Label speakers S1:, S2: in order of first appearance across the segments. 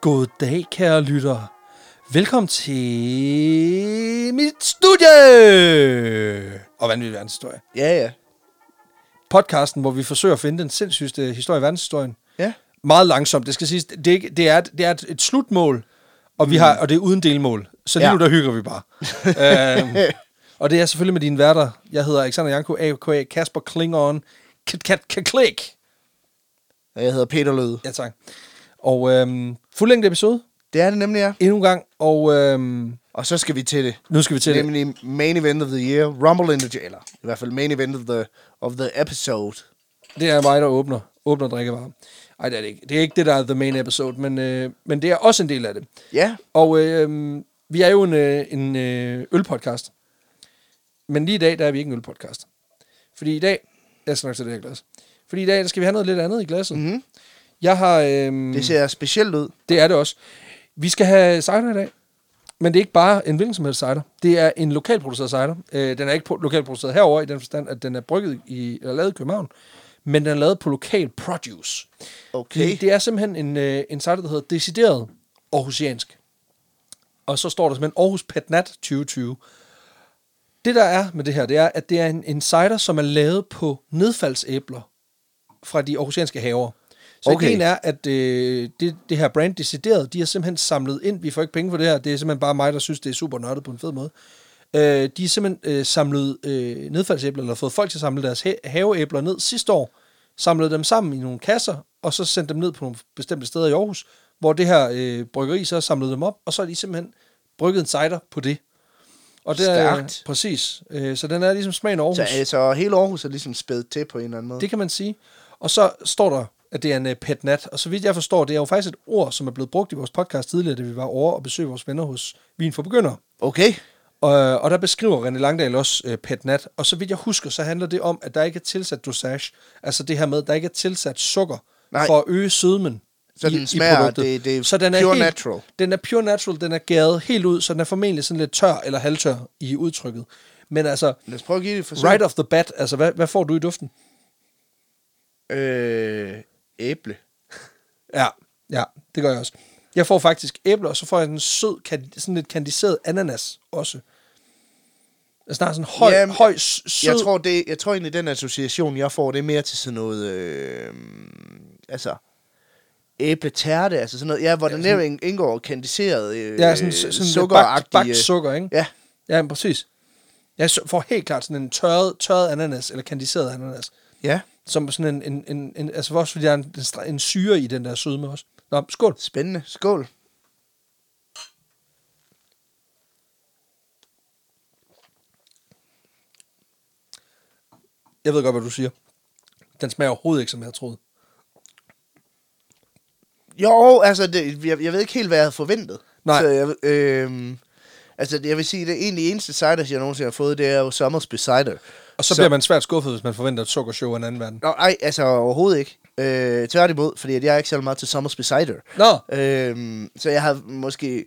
S1: God dag, kære lyttere. Velkommen til mit studie! Og vanvittig verdenshistorie.
S2: Ja, ja.
S1: Podcasten, hvor vi forsøger at finde den sindssygste historie i verdenshistorien.
S2: Ja.
S1: Meget langsomt, det skal siges. Det, er ikke- det, er, et- det er et, et slutmål, og, vi har, og det er uden delmål. Så lige
S2: Ja.
S1: nu, der hygger vi bare. øhm, og det er selvfølgelig med dine værter. Jeg hedder Alexander Janko, a.k.a. Kasper Klingon. Kat, kat, kat, klik!
S2: Og jeg hedder Peter Løde.
S1: Ja, tak. Og øhm, fuldlængde episode,
S2: Det er det nemlig, ja.
S1: endnu en gang. Og øhm,
S2: Og så skal vi til det.
S1: nu skal vi til det.
S2: nemlig main event of the year. Rumble in the Eller i hvert fald main event of the, of the episode.
S1: Det er mig, der åbner, åbner drikkevarer. Ej, det er det ikke. Det er ikke det, der er the main episode, men, øh, men det er også en del af det.
S2: Ja.
S1: Og øh, vi er jo en, øh, en øh, ølpodcast. Men lige i dag, der er vi ikke en ølpodcast. Fordi i dag... Jeg skal nok til det her glas. Fordi i dag, der skal vi have noget lidt andet i glasset.
S2: Mhm.
S1: Jeg har... Øh,
S2: Det ser specielt ud.
S1: det er det også. Vi skal have cider i dag. Men det er ikke bare en hvilken som helst cider. Det er en lokalproduceret cider. Øh, den er ikke pro- lokalproduceret herover i den forstand, at den er brygget i, eller lavet i København. Men den er lavet på lokal produce.
S2: Okay.
S1: Det, det er simpelthen en, øh, en cider, der hedder Decideret Aarhusiansk. Og så står der simpelthen Aarhus Petnat 2020. Det der er med det her, det er, at det er en, en cider, som er lavet på nedfaldsæbler fra de aarhusianske haver. Så okay.
S2: Okay.
S1: ideen er, at øh, det, det her brand decideret, de har simpelthen samlet ind, vi får ikke penge for det her, det er simpelthen bare mig, der synes, det er super nørdet på en fed måde. Øh, de har simpelthen øh, samlet øh, nedfaldsæbler, eller fået folk til at samle deres ha- haveæbler ned sidste år, samlet dem sammen i nogle kasser, og så sendt dem ned på nogle bestemte steder i Aarhus, hvor det her øh, bryggeri så har samlet dem op, og så har de simpelthen brygget en cider på det. Og det er,
S2: Stærkt.
S1: præcis. Øh, så den er ligesom smagen af Aarhus.
S2: Så altså, hele Aarhus er ligesom spædet til på en eller anden måde.
S1: Det kan man sige. Og så står der, at det er en øh, pet nat. Og så vidt jeg forstår, det er jo faktisk et ord, som er blevet brugt i vores podcast tidligere, da vi var over og besøgte vores venner hos Vin for Begyndere.
S2: Okay.
S1: Og, og der beskriver René Langdal også øh, pet nat. Og så vidt jeg husker, så handler det om, at der ikke er tilsat dosage. Altså det her med, at der ikke er tilsat sukker Nej.
S2: Nej.
S1: for at øge sødmen.
S2: Så den smager- det- det er
S1: så den er
S2: pure
S1: helt,
S2: natural.
S1: Den er pure natural, den er gæret helt ud, så den er formentlig sådan lidt tør eller halvtør i udtrykket. Men altså,
S2: Lad os prøve at give det et forsøg.
S1: right off the bat, altså hvad, hvad får du i duften?
S2: Øh, æble.
S1: Ja, ja, det gør jeg også. Jeg får faktisk æbler, og så får jeg en sød, kan- sådan lidt kandiseret ananas også. Altså, der er sådan en høj,
S2: Jamen,
S1: høj s- sød...
S2: Jeg tror, det, jeg tror egentlig, den association, jeg får, det er mere til sådan noget... Øh, altså æbletærte, altså sådan noget, ja, hvor ja, der nemlig indgår kandiseret øh,
S1: ja, sådan, sådan lidt bagt,
S2: sukkeragtige...
S1: bagt sukker, ikke?
S2: Ja,
S1: Ja, men præcis. Jeg s- får helt klart sådan en tørret, tørret ananas, eller kandiseret ananas,
S2: ja.
S1: som sådan en... en, en, en altså, også fordi der er en, en, stra- en syre i den der sødme også. Nå, skål.
S2: Spændende. Skål.
S1: Jeg ved godt, hvad du siger. Den smager overhovedet ikke, som jeg havde troet.
S2: Jo, altså, det, jeg, jeg ved ikke helt, hvad jeg havde forventet.
S1: Nej.
S2: Så jeg, øh, altså, jeg vil sige, det egentlig eneste cider, jeg nogensinde har fået, det er jo Sommers Cider.
S1: Og så, så
S2: Så-
S1: bliver man svært skuffet, hvis man forventer et sukkershow af en anden verden.
S2: Nå, nej, altså overhovedet ikke. Øh, tværtimod, fordi at jeg er ikke særlig meget til Sommers Cider.
S1: Nå,
S2: Øh, så jeg har måske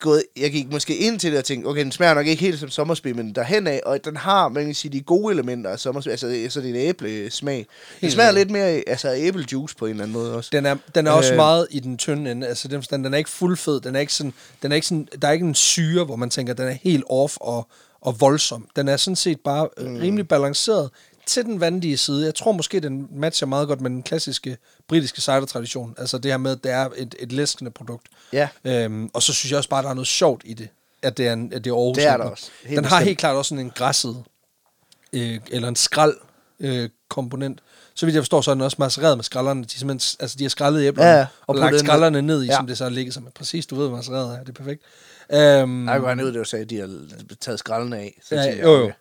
S2: gået, jeg gik måske ind til det og tænkte, okay, den smager nok ikke helt som Sommersby, men derhen af, og den har, man kan sige, de gode elementer af Sommersby, altså sådan en æblesmag. Den
S1: Helt
S2: smager
S1: sikkert.
S2: lidt mere, af- altså æblejuice på en eller anden måde også.
S1: Den er, den er også
S2: Øh.
S1: meget i den tynde ende. Altså, den, den, den er ikke fuldfed. Den er ikke sådan, den er ikke sådan, der er ikke en syre, hvor man tænker, den er helt off og, og voldsom. Den er sådan set bare mm. rimelig balanceret til den vandige side. Jeg tror måske, den matcher meget godt med den klassiske britiske cider-tradition. Altså det her med, at det er et, et læskende produkt.
S2: Ja.
S1: Øhm, og så synes jeg også bare, at der er noget sjovt i det, at det er, en, at det er Aarhus.
S2: Det er der også.
S1: Den
S2: Helt
S1: har
S2: bestemt.
S1: helt klart også sådan en græsset, øh, eller en skrald, øh, komponent. Så vidt jeg forstår, så er den også massereret med skrællerne. De, er simpelthen s- altså, de har skrællet æblerne
S2: Ja,
S1: ja,
S2: ja.
S1: og
S2: Og
S1: lagt
S2: puttet ned.
S1: skrællerne ned i, ja.
S2: Ja.
S1: som det så har ligget som. Præcis, du ved, hvad massereret er. Det er perfekt. Øhm,
S2: Jeg kunne regne ud, det var sagde, at de har taget skralden af. Så
S1: ja,
S2: tænkte jeg,
S1: jo, jo.
S2: okay.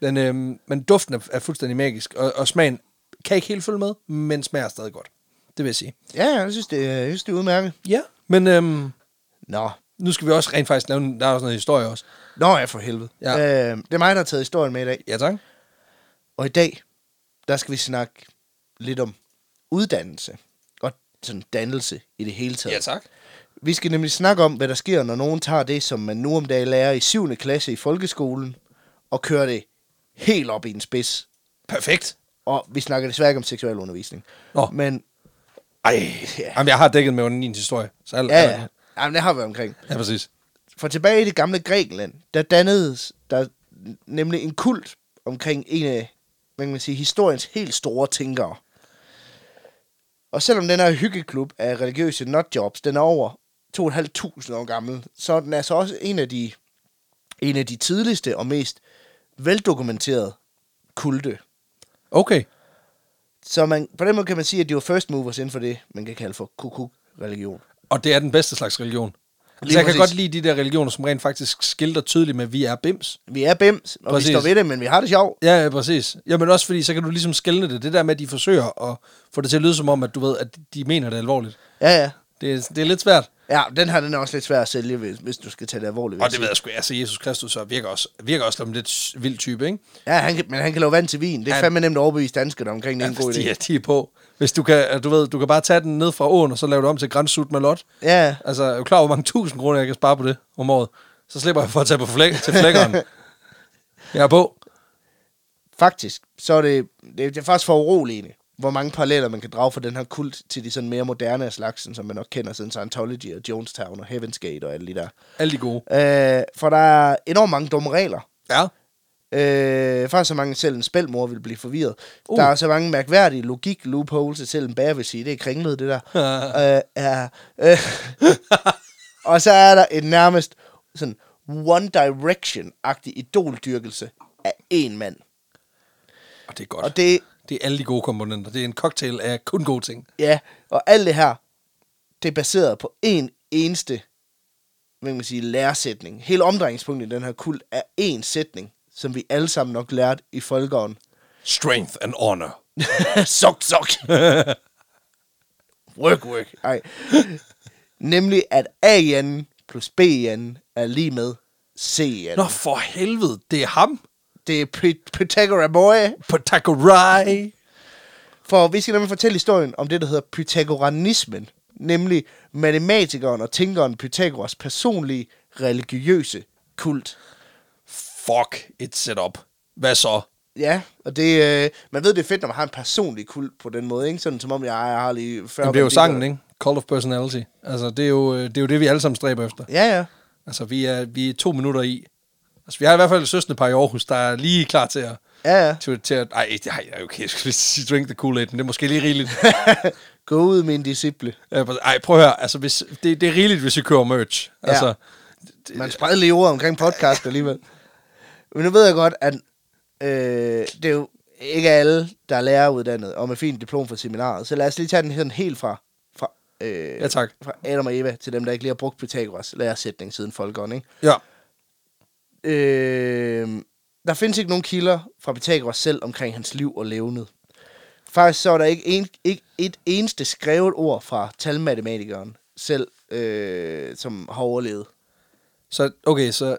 S1: Den, øhm, men duften er, er fuldstændig magisk, og, og smagen kan jeg ikke helt følge med, men smager stadig godt. Det vil jeg sige.
S2: Ja, ja, jeg synes, det, jeg synes, det er udmærket.
S1: Ja, men øhm,
S2: Nå.
S1: nu skal vi også rent faktisk lave, en- der er også noget historie også.
S2: Nå, jeg for helvede.
S1: Ja.
S2: Øh, det er mig, der har taget historien med i dag.
S1: Ja, tak.
S2: Og i dag, der skal vi snakke lidt om uddannelse. Og sådan dannelse i det hele taget.
S1: Ja, tak.
S2: Vi skal nemlig snakke om, hvad der sker, når nogen tager det, som man nu om dagen lærer i 7. klasse i folkeskolen, og kører det helt op i en spids.
S1: Perfekt.
S2: Og vi snakker desværre ikke om seksuel undervisning.
S1: Nå.
S2: Men
S1: Ej,
S2: Ja.
S1: Jamen, jeg har dækket med under din historie. Så alt,
S2: Ja, ja. Jamen, det har vi omkring.
S1: ja, præcis.
S2: For tilbage i det gamle Grækenland, der dannedes der nemlig en kult omkring en af, hvad kan man sige, historiens helt store tænkere. Og selvom den her hyggeklub af religiøse nutjobs, den er over 2.500 år gammel, så er den altså også en af de, en af de tidligste og mest veldokumenterede kulte.
S1: Okay.
S2: Så man, på den måde kan man sige, at de var first movers inden for det, man kan kalde for kukuk-religion.
S1: Og det er den bedste slags religion.
S2: Lige
S1: så jeg kan
S2: præcis.
S1: godt lide de der religioner, som rent faktisk skilter tydeligt med, at vi er bims.
S2: Vi er bims, og
S1: Præcis.
S2: vi står ved det, men vi har det sjovt.
S1: Ja, ja, præcis. Jamen også fordi, så kan du ligesom skælne det. Det der med, at de forsøger at få det til at lyde som om, at du ved, at de mener det alvorligt.
S2: Ja, ja.
S1: Det, er- det er lidt svært.
S2: Ja, den her den er også lidt svær at sælge, hvis, hvis du skal tage det alvorligt. vil
S1: Og det
S2: jeg
S1: ved jeg sgu. Altså, Jesus Kristus så virker også, virker også som en lidt s- vild type, ikke?
S2: sige. Ja, han kan, men han kan lave vand til vin. Det er
S1: Ja.
S2: fandme nemt at overbevise danskerne omkring, det er en god idé.
S1: de, er, de er på. Hvis du kan, du ved, du kan bare tage den ned fra åen, og så lave det om til grænsut med lot.
S2: Ja,
S1: Altså, er du klar over, hvor mange tusind kroner, jeg kan spare på det om året? Så slipper jeg for at tage på flæk, til flækkeren. jeg er på.
S2: faktisk. Så er det, det, det er faktisk for uroligende, hvor mange paralleller man kan drage fra den her kult til de sådan mere moderne af slagsen, som man nok kender siden Scientology og Jonestown og Heaven's Gate og alt det der.
S1: Alle de gode.
S2: Øh, for der er enormt mange dumme regler.
S1: Ja.
S2: Øh, faktisk så mange, at selv en spælmor vil blive forvirret.
S1: Uh.
S2: Uh. Der er så mange mærkværdige logik loopholes, at selv en bager vil sige, det er kringlet, det der. øh, ja, øh. og så er der en nærmest sådan One Direction-agtig idoldyrkelse af en mand.
S1: Og det er godt.
S2: Og det,
S1: Det er alle de gode komponenter. Det er en cocktail af kun gode ting.
S2: ja, og alt det her, det er baseret på en eneste, hvad kan man sige, læresætning. Hele omdrejningspunktet i den her kult er en sætning, som vi alle sammen nok lærte i folkeånden.
S1: Strength and honor.
S2: sok, sok. work, work. Ej. Nemlig, at A i anden plus B i anden er lige med C i anden.
S1: Nå for helvede, det er ham.
S2: Det er Py- Pythagoras boy.
S1: Pythagorai.
S2: For vi skal nemlig fortælle historien om det, der hedder pythagoranismen. Nemlig matematikeren og tænkeren Pythagoras personlige religiøse kult.
S1: Fuck et setup. Hvad så?
S2: Ja, og det, øh, man ved, det er fedt, når man har en personlig kult på den måde, ikke? Sådan som om, jeg, jeg har lige 40
S1: Jamen, det er jo
S2: banditter.
S1: sangen, ikke? Call of personality. Altså, det er jo øh, det, er jo det vi alle sammen stræber efter.
S2: Ja, ja.
S1: Altså, vi er, vi er to minutter i. Altså, vi har i hvert fald et søstende par i Aarhus, der er lige klar til at...
S2: Ja, ja.
S1: Til, til at ej, ej, okay, jeg skulle lige sige drink the kool men det er måske lige rigeligt.
S2: Gå ud, min disciple.
S1: Øh, ej, prøv at høre, altså, hvis, det, det er rigeligt, hvis vi kører merch.
S2: Ja.
S1: Altså,
S2: Man spreder lige ord omkring podcast alligevel. Men nu ved jeg godt, at øh, det er jo ikke alle, der er læreruddannet og med fint diplom fra seminaret. Så lad os lige tage den sådan helt fra, fra, øh,
S1: Ja, tak.
S2: fra Adam og Eva til dem, der ikke lige har brugt Pythagoras lærersætning siden folkeånden. Ikke?
S1: ja.
S2: Øh, der findes ikke nogen kilder fra Pythagoras selv omkring hans liv og levnet. Faktisk så er der ikke, en, ikke et eneste skrevet ord fra talmatematikeren selv, øh, som har overlevet.
S1: Så, okay, så...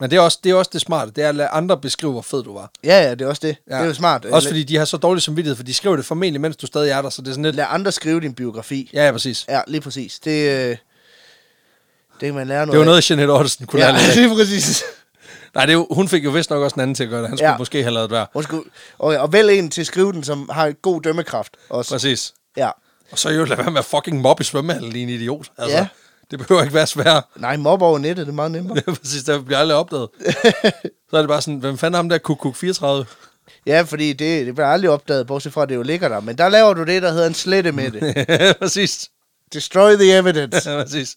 S1: Men det er, også, det er også det smarte, det er at lade andre beskrive, hvor fed du var.
S2: Ja, ja, det er også det. Ja. Det er jo smart.
S1: Også fordi de har så dårlig samvittighed, for de skriver det formentlig, mens du stadig er der, så det er sådan lidt...
S2: Lad andre skrive din biografi.
S1: Ja, ja, præcis.
S2: Ja, lige præcis. Det, øh, det kan man lære noget
S1: Det var noget, Jeanette Ottesen kunne
S2: af.
S1: ja. lære lidt
S2: Ja,
S1: af.
S2: lige præcis.
S1: Nej, det er jo, hun fik jo vist nok også en anden til at gøre det. Han skulle ja.
S2: Ja.
S1: måske have lavet det være.
S2: Undskyld. Okay, og vælg en til at skrive den, som har en god dømmekraft også.
S1: Præcis.
S2: Ja.
S1: Og så er jo lade være med at fucking mobbe i svømmehallen lige en idiot. Altså, ja.
S2: Ja.
S1: Det behøver ikke være svært.
S2: Nej, mob over nettet, det er meget nemmere.
S1: Det er præcis, der bliver aldrig opdaget. så er det bare sådan, hvem fanden er ham der kukuk 34?
S2: Ja, fordi det, det bliver aldrig opdaget, bortset fra, at det jo ligger der. Men der laver du det, der hedder en slette med det.
S1: præcis.
S2: Destroy the evidence.
S1: Ja, præcis.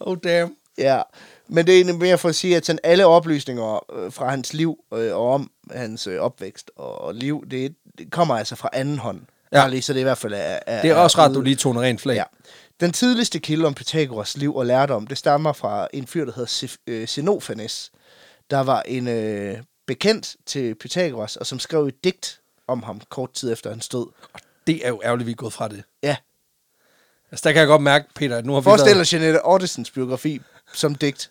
S1: Oh damn.
S2: Ja, men det er egentlig mere for at sige, at sådan alle oplysninger øh, fra hans liv øh, og om hans øh, opvækst og, og liv, det, det kommer altså fra anden hånd.
S1: Ja.
S2: Bare Lige, så det i hvert fald er... er
S1: Det er også rart,
S2: ude.
S1: du lige tog en ren flag.
S2: Ja. Den tidligste kilde om Pythagoras liv og lærdom, det stammer fra en fyr, der hedder Sif- øh, Xenofanes, der var en øh, bekendt til Pythagoras, og som skrev et digt om ham kort tid efter hans død.
S1: Det er jo ærgerligt, vi er gået fra det.
S2: Ja,
S1: Altså, der kan jeg godt mærke, Peter, at nu har vi
S2: forestil
S1: været...
S2: dig Jeanette Ottesens biografi som digt.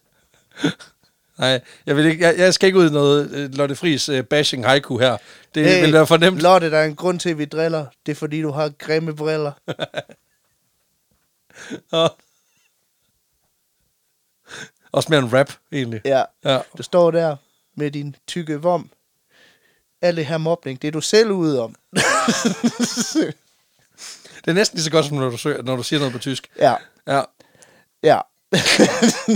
S1: Nej, jeg, vil ikke, jeg, jeg skal ikke ud i noget øh, Lotte Friis øh, bashing haiku her. Det hey,
S2: Hey,
S1: vil være for nemt.
S2: Lotte, der er en grund til, at vi driller. Det er, fordi du har grimme briller.
S1: Og... Også mere en rap, egentlig.
S2: Ja.
S1: Ja.
S2: Du står der med din tykke vom. Al det her mobning, det er du selv ude om.
S1: Det er næsten lige så godt, som når du, søger, når du siger noget på tysk.
S2: ja,
S1: Ja.
S2: ja.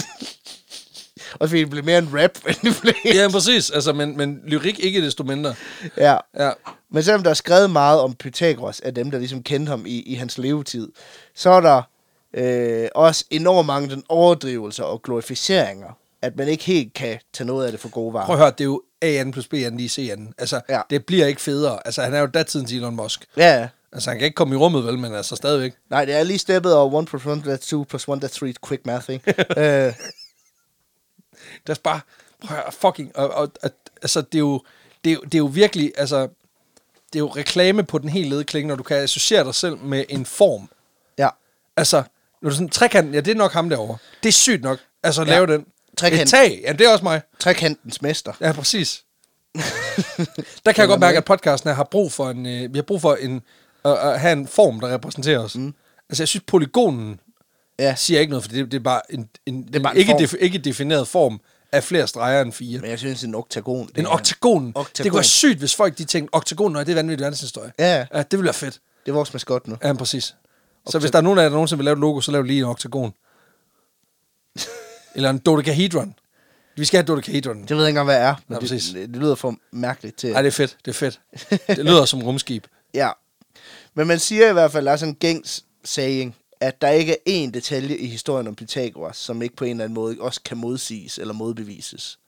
S2: og fordi det blev mere en rap, end det blev.
S1: Ja, præcis. Altså, men, men lyrik ikke desto mindre.
S2: Ja.
S1: Ja.
S2: Men selvom der er skrevet meget om Pythagoras af dem, der ligesom kendte ham i, i hans levetid, så er der øh, også enormt mange den overdrivelser og glorificeringer, at man ikke helt kan tage noget af det for gode varer.
S1: Prøv at høre, det er jo A2 plus B2 lige C2. Altså,
S2: Ja.
S1: ja. det bliver ikke federe. Altså, han er jo datidens Elon Musk.
S2: Ja, ja.
S1: Altså, han kan ikke komme i rummet, vel, men altså stadigvæk.
S2: Nej, det er lige steppet over 1 plus 1, that's 2 plus 1, that's 3, quick math, ikke? øh,
S1: Det er bare, prøv at høre, fucking, og, og, og, altså, det er, jo, det, er jo, det er jo virkelig, altså, det er jo reklame på den helt lede klinge, når du kan associere dig selv med en form.
S2: ja.
S1: Altså, når du sådan, trekanten, ja, det er nok ham derovre. Det er sygt nok. Altså, ja. lave den.
S2: Trekant.
S1: Et tag, ja, det er også mig.
S2: Trekantens mester.
S1: Ja, præcis. Der kan jeg godt mærke, at podcasten her har brug for en, øh, vi har brug for en, øh, at have en form, der repræsenterer os. Mm. Altså, jeg synes, polygonen
S2: Ja.
S1: siger ikke noget, for det, det er bare en, en, det
S2: er bare en
S1: ikke,
S2: form.
S1: def, ikke defineret form af flere streger end fire.
S2: Men jeg synes, en oktagon... det
S1: En
S2: er-
S1: oktagon.
S2: Oktagon.
S1: Det kunne være sygt, hvis folk de tænkte, oktagon, nej, det er vanvittigt verdenshistorie.
S2: Ja.
S1: ja. det ville være fedt.
S2: Det er vores maskot nu.
S1: Ja, præcis. Så hvis der er nogen af jer, der nogensinde vil lave et logo, så lav lige en oktagon. Eller en dodecahedron. Vi skal have dodecahedron.
S2: Det ved jeg ikke engang, hvad er, men
S1: Ja,
S2: det,
S1: præcis.
S2: det, det, lyder for mærkeligt til.
S1: Nej, det er fedt. Det er fedt. Det lyder som rumskib.
S2: Ja. Men man siger i hvert fald, der er sådan en gængs saying, at der ikke er én detalje i historien om Pythagoras, som ikke på en eller anden måde også kan modsiges eller modbevises.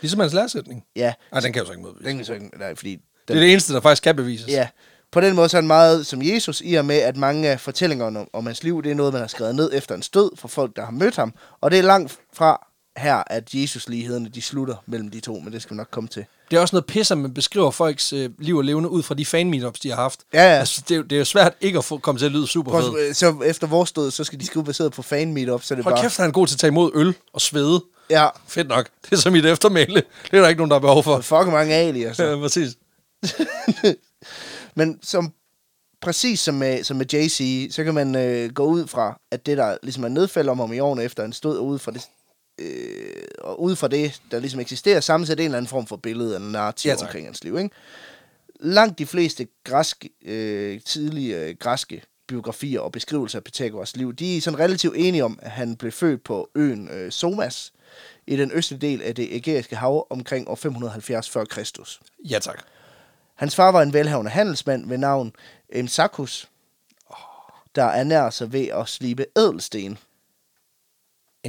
S1: Ligesom hans læresætning.
S2: Ja.
S1: Nej, den kan jo så ikke modbevise.
S2: Den kan så ikke, nej, fordi...
S1: Det er det eneste, der faktisk kan bevises.
S2: Ja. På den måde så er han meget som Jesus, i og med, at mange af fortællingerne om, om hans liv, det er noget, man har skrevet ned efter en stød fra folk, der har mødt ham. Og det er langt fra her, at Jesus-lighederne, de slutter mellem de to, men det skal vi nok komme til.
S1: Det er også noget pisse, at man beskriver folks øh, liv og levende ud fra de fan meetups, de har haft.
S2: Ja, ja.
S1: Altså, det, er, jo- det er jo svært ikke at få, komme til at lyde super
S2: Prøv,
S1: fed.
S2: at- så efter vores død, så skal de skrive baseret på fan meetup, så det er
S1: Hold
S2: bare...
S1: kæft, han er god til at tage imod øl og svede.
S2: Ja,
S1: Fedt nok. Det er som mit eftermæle. Det er der ikke nogen, der har behov for.
S2: fucking mange alier. Så.
S1: Ja, præcis.
S2: Men som, præcis som med, som med JC, så kan man øh, gå ud fra, at det, der ligesom er nedfældet om ham i årene efter, han stod ud fra det, øh, og ud fra det, der ligesom eksisterer, sammensætte en eller anden form for billede eller narrativ
S1: Ja,
S2: ja,
S1: tak.
S2: omkring hans liv. Ikke? Langt de fleste græske, øh, tidlige øh, græske biografier og beskrivelser af Pythagoras liv, de er sådan relativt enige om, at han blev født på øen øh, Somas i den østlige del af det ægæiske hav omkring år 570 før Kristus.
S1: Ja, tak.
S2: Hans far var en velhavende handelsmand ved navn Emsakus, der ernærer sig ved at slibe ædelsten,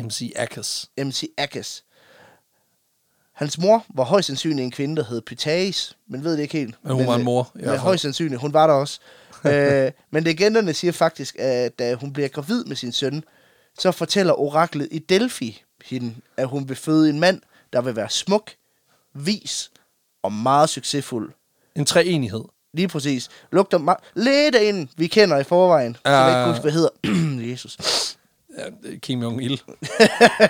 S1: MC Ackers.
S2: MC Akkas. Hans mor var højst sandsynligt en kvinde, der hed Pythagoras, men ved det ikke helt.
S1: Men hun var en mor, i hvert
S2: Men øh,
S1: fald.
S2: højst sandsynligt, hun var der også. øh, men legenderne siger faktisk, at da hun bliver gravid med sin søn, så fortæller oraklet i Delphi hende, at hun vil føde en mand, der vil være smuk, vis og meget succesfuld.
S1: En treenighed.
S2: Lige præcis. Lugter ma- lidt af en, vi kender i forvejen. Uh. Som jeg ikke
S1: Ah.
S2: huske, hvad hedder. Jesus.
S1: Ja, det er Kim Jong-il.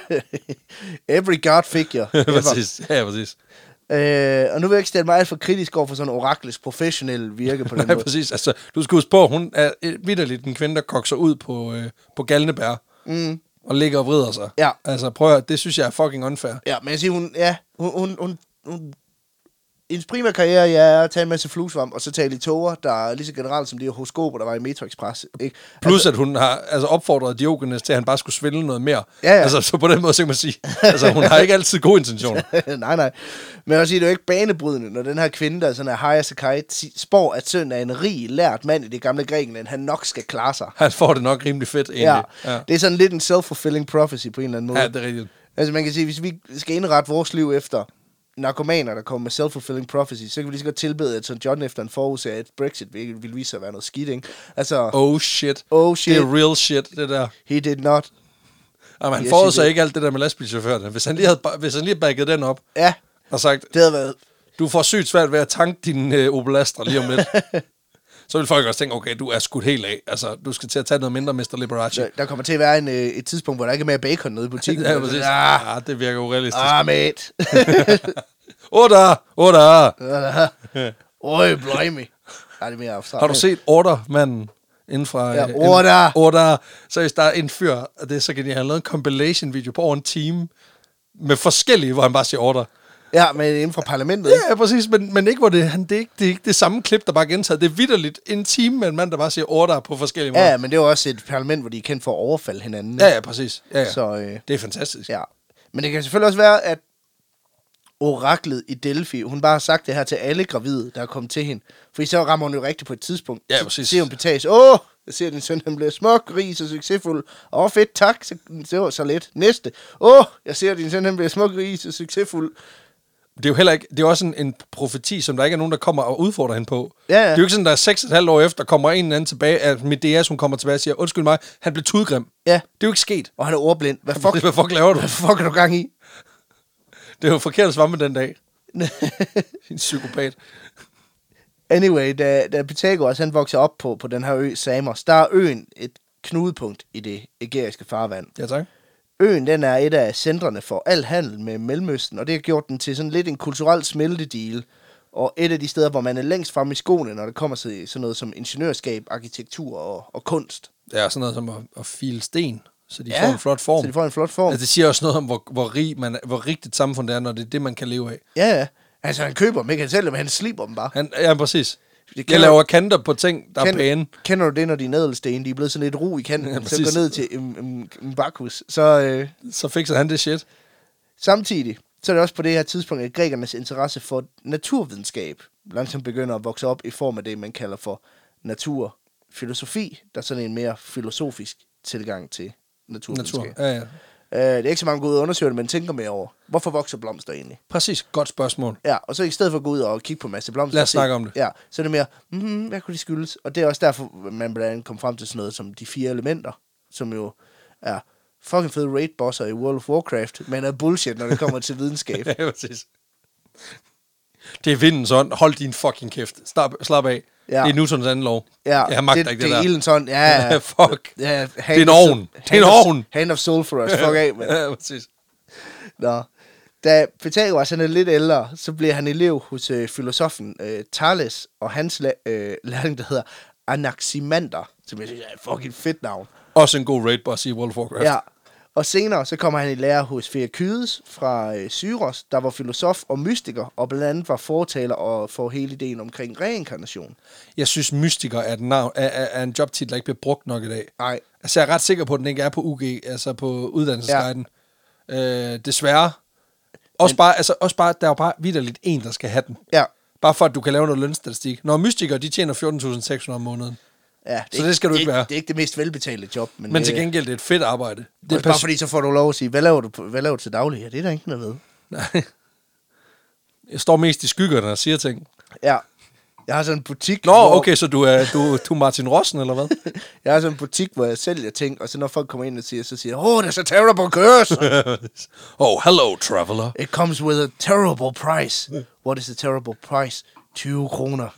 S2: Every god figure. ever.
S1: præcis. Ja, præcis.
S2: øh, og nu vil jeg ikke stille mig alt for kritisk over for sådan orakles professionelle virke på den
S1: Ja,
S2: måde.
S1: præcis. Altså, du skal huske på, hun er øh, vidderligt en kvinde, der kokser ud på, øh, på galnebær.
S2: Mm.
S1: Og ligger og vrider sig.
S2: Ja.
S1: Altså, prøv at høre, det synes jeg er fucking unfair.
S2: Ja, men jeg siger, hun, ja, hun, hun, hun, hun hendes primære karriere ja, er at tage en masse fluesvamp, og så tage lidt tåger, der er lige så generelt som de horoskoper, der var i Metro Express. Ikke?
S1: Plus, at hun har altså, opfordret Diogenes til, at han bare skulle svindle noget mere.
S2: Ja, ja.
S1: Altså, så på den måde, så kan man sige, altså, hun har ikke altid gode intentioner.
S2: nej, nej. Men jeg vil sige, det er jo ikke banebrydende, når den her kvinde, der sådan er high as a kite, si- spår, at søn af en rig, lært mand i det gamle Grækenland, han nok skal klare sig.
S1: Han får det nok rimelig fedt,
S2: Ja.
S1: egentlig. Ja,
S2: Det er sådan lidt en self-fulfilling prophecy på en eller anden måde.
S1: ja det er rigtigt.
S2: Altså man kan sige, hvis vi skal indrette vores liv efter narkomaner, der kommer med self-fulfilling prophecy, så kan vi lige så godt tilbede, at Sir John efter en forudsag, at Brexit vil, vil vise sig at være noget skidt, ikke? Altså, oh,
S1: Oh shit.
S2: shit,
S1: Det er real shit, det der.
S2: he did not.
S1: Jamen, han
S2: Yes,
S1: yes, forede
S2: it
S1: sig
S2: is.
S1: ikke alt det der med lastbilchaufførerne. Hvis han lige havde, hvis han lige havde bagget den op
S2: Ja,
S1: og sagt,
S2: det havde været...
S1: du får sygt svært ved at tanke din øh, Opel Astra lige om lidt. så vil folk også tænke, okay, du er skudt helt af. Altså, du skal til at tage noget mindre, Mr. Liberace.
S2: Der, der kommer til at være en, øh, et tidspunkt, hvor der ikke er mere bacon nede i butikken.
S1: Ja, præcis.
S2: Ah,
S1: Ja, det virker urealistisk.
S2: ah, mate.
S1: Order! Order!
S2: Øj, bløjme. Nej, det er mere abstrakt.
S1: Har du set Order-manden? Inden fra,
S2: Ja,
S1: øh,
S2: Order!
S1: Order. Så hvis der er en fyr, og det er så genialt, han lavede en compilation video på over en time, med forskellige, hvor han bare siger order.
S2: Ja, men inden for parlamentet.
S1: Ja, præcis, men, men ikke, hvor det, han, det, er ikke, det er ikke det samme klip, der bare er gentaget. Det er vidderligt en time med en mand, der bare siger order på forskellige måder.
S2: Ja, men det er jo også et parlament, hvor de er kendt for at overfalde hinanden.
S1: ja, ja præcis. Ja, ja.
S2: Så, øh,
S1: Det er fantastisk.
S2: ja. Men det kan selvfølgelig også være, at oraklet i Delphi, hun bare har sagt det her til alle gravide, der er kommet til hende. Fordi så rammer hun jo rigtigt på et tidspunkt.
S1: Ja,
S2: Så
S1: præcis.
S2: Ser hun betages. Åh, jeg ser din søn, han bliver smuk, rig og succesfuld. Åh, fedt, tak. Så, det var så let. Næste. Åh, jeg ser din søn, han bliver smuk, rig og succesfuld.
S1: Det er jo heller ikke, det er også en, en profeti, som der ikke er nogen, der kommer og udfordrer hende på.
S2: Ja, ja.
S1: Det er jo ikke sådan, der er seks og et halvt år efter, kommer en eller anden tilbage, at Medeas, hun kommer tilbage og siger, undskyld mig, han blev tudgrim.
S2: Ja,
S1: Det er jo ikke sket.
S2: og han er ordblind. Hvad fuck,
S1: Fuck. Hvad fuck laver du?
S2: hvad fuck er du gang i?
S1: Det er jo forkert at svampe den dag. En psykopat.
S2: Anyway, da, da Pythagoras han vokser op på, på den her ø Samos, der er øen et knudepunkt i det ægæiske farvand.
S1: Ja, tak.
S2: Øen den er et af centrene for al handel med Mellemøsten, og det har gjort den til sådan lidt en kulturel smeltedeal. Og et af de steder, hvor man er længst frem i skoene, når det kommer til sådan noget som ingeniørskab, arkitektur og, og kunst.
S1: Det er sådan noget som at, at file sten, så de
S2: Ja,
S1: ja, får en flot form.
S2: Så de får en flot form.
S1: Altså, det siger også noget om, hvor, hvor, rig man, er- hvor rigtigt samfund det er, når det er det, man kan leve af.
S2: Ja, ja. Altså, han køber dem ikke, han sælger dem, han sliber dem bare.
S1: Han, ja, præcis.
S2: Det
S1: Jeg laver kanter på ting, der er pæne.
S2: Kender du det, når de nadelsten, de er blevet sådan lidt ro i kanten,
S1: Ja,
S2: ja, så
S1: præcis.
S2: går ned til en, en, en bakhus, så... Øh,
S1: Så fikser han det shit.
S2: Samtidig så er det også på det her tidspunkt, at grækernes interesse for naturvidenskab langsomt begynder at vokse op i form af det, man kalder for naturfilosofi, der er sådan en mere filosofisk tilgang til
S1: Natur.
S2: naturvidenskab. Natur.
S1: Ja, ja.
S2: Øh, det er ikke så mange gode ud og undersøge det, men tænker mere over, hvorfor vokser blomster egentlig?
S1: Præcis. Godt spørgsmål.
S2: Ja, og så i stedet for at gå ud og kigge på en masse blomster...
S1: Lad os
S2: og se-
S1: snakke om det.
S2: Ja, så er det mere, mm, hvad kunne det skyldes? Og det er også derfor, man blandt andet kom frem til sådan noget som de fire elementer, som jo er fucking fede raid-bosser i World of Warcraft, men er bullshit, når det kommer til videnskab.
S1: Ja, præcis. Det er vindens ånd. Hold din fucking kæft. Slap, slap af.
S2: Ja.
S1: Ja. Det er Newtons anden lov.
S2: Ja,
S1: Jeg magter
S2: det,
S1: ikke det,
S2: det er
S1: der.
S2: ilden sådan, ja, ja.
S1: Fuck.
S2: Ja, hand
S1: Det er en
S2: of-
S1: ovn. Det er en
S2: hand of-
S1: ovn.
S2: Hand of sulfurous, fuck af, man.
S1: Ja, præcis.
S2: Nå. Da Pythagoras han er lidt ældre, så bliver han elev hos øh, filosofen øh, Thales, og hans la- øh, lærling, der hedder Anaximander, som jeg synes er et fucking fedt navn.
S1: Også en god raid boss i World of Warcraft.
S2: Ja. Og senere så kommer han i lære hos Ferakydes fra øh, Syros, der var filosof og mystiker, og blandt andet var fortaler og for hele ideen omkring reinkarnation.
S1: Jeg synes, mystiker er, et navn, er, er, er en jobtitel, der ikke bliver brugt nok i dag.
S2: Nej,
S1: Altså, jeg er ret sikker på, at den ikke er på UG, altså på uddannelsesguiden. Ja. Øh, desværre. Også, Men... bare, altså, også bare, der er jo bare vidderligt en, der skal have den.
S2: ja.
S1: Bare for, at du kan lave noget lønstatistik. Når mystikere, de tjener 14.600 om måneden.
S2: ja er
S1: Så
S2: ikke-
S1: det skal du ikke
S2: er
S1: være.
S2: Det er ikke det mest velbetalte job. Men,
S1: Men til
S2: øh,
S1: gengæld, det er et fedt arbejde.
S2: Det er
S1: pers-
S2: bare fordi, så får du lov at sige, hvad laver du, på- hvad laver du til daglig? Ja, det er der ikke noget ved.
S1: Nej. Jeg står mest i skyggerne og siger ting.
S2: Ja. Jeg har sådan en butik,
S1: Nå,
S2: hvor,
S1: okay, så du er, du, du er Martin Rossen, eller hvad?
S2: jeg har sådan en butik, hvor jeg sælger ting, og så når folk kommer ind og siger, så siger jeg, oh, there's a terrible curse.
S1: oh, hello, traveler.
S2: It comes with a terrible price. What is the terrible price? 20 kroner.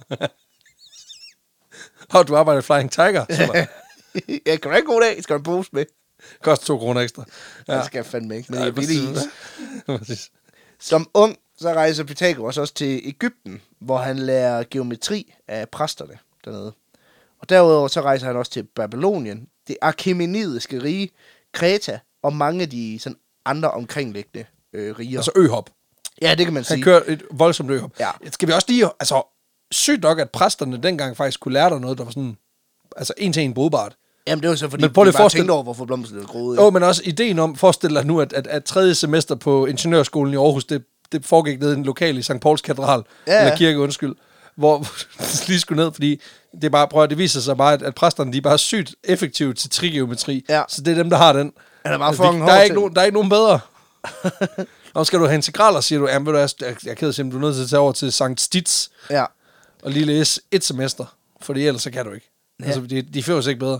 S1: Og du arbejder i Flying Tiger, så
S2: jeg kan du have en god dag, skal du have en pose med.
S1: koster to kroner ekstra.
S2: Ja. Det skal jeg fandme ikke, men
S1: Ej,
S2: jeg vil
S1: præcis.
S2: is.
S1: Præcis.
S2: Som ung, så rejser Pythagoras også til Ægypten, hvor han lærer geometri af præsterne dernede. Og derudover så rejser han også til Babylonien, det arkimenidiske rige, Kreta og mange af de sådan, andre omkringliggende øh, riger.
S1: Altså øhop.
S2: ja, det kan man
S1: Han
S2: sige.
S1: kører et voldsomt øhop.
S2: Ja.
S1: Skal vi også lige... Altså, sygt nok, at præsterne dengang faktisk kunne lære dig noget, der var sådan... Altså, en til en brugbart.
S2: Jamen, det var så fordi,
S1: Men prøv lige
S2: vi
S1: at
S2: bare
S1: forestille-
S2: tænkte over, hvorfor blomsten er groet.
S1: Jo, oh, men også ideen om, forestil dig nu, at, at, at tredje semester på Ingeniørskolen i Aarhus, det, det foregik ned i den lokale i St. Pauls Katedral,
S2: Ja, ja.
S1: ja. eller kirke, undskyld, hvor lige skulle ned, fordi det er bare, prøv at det viser sig bare, at, at præsterne, de er bare sygt effektive til trigeometri,
S2: Ja.
S1: så det er dem, der har den.
S2: Han er bare
S1: Vi-
S2: fucking
S1: der,
S2: hård
S1: er
S2: til
S1: ikke nogen, der er ikke nogen bedre. Og skal du have integraler, siger du, jamen ved du, hvad, jeg, jeg er ked af at sige, men du er nødt til at tage over til Sankt Stitz
S2: Ja.
S1: og lige læse et semester, for ellers så kan du ikke.
S2: Ja.
S1: Ja. Altså, de, de fører sig ikke bedre.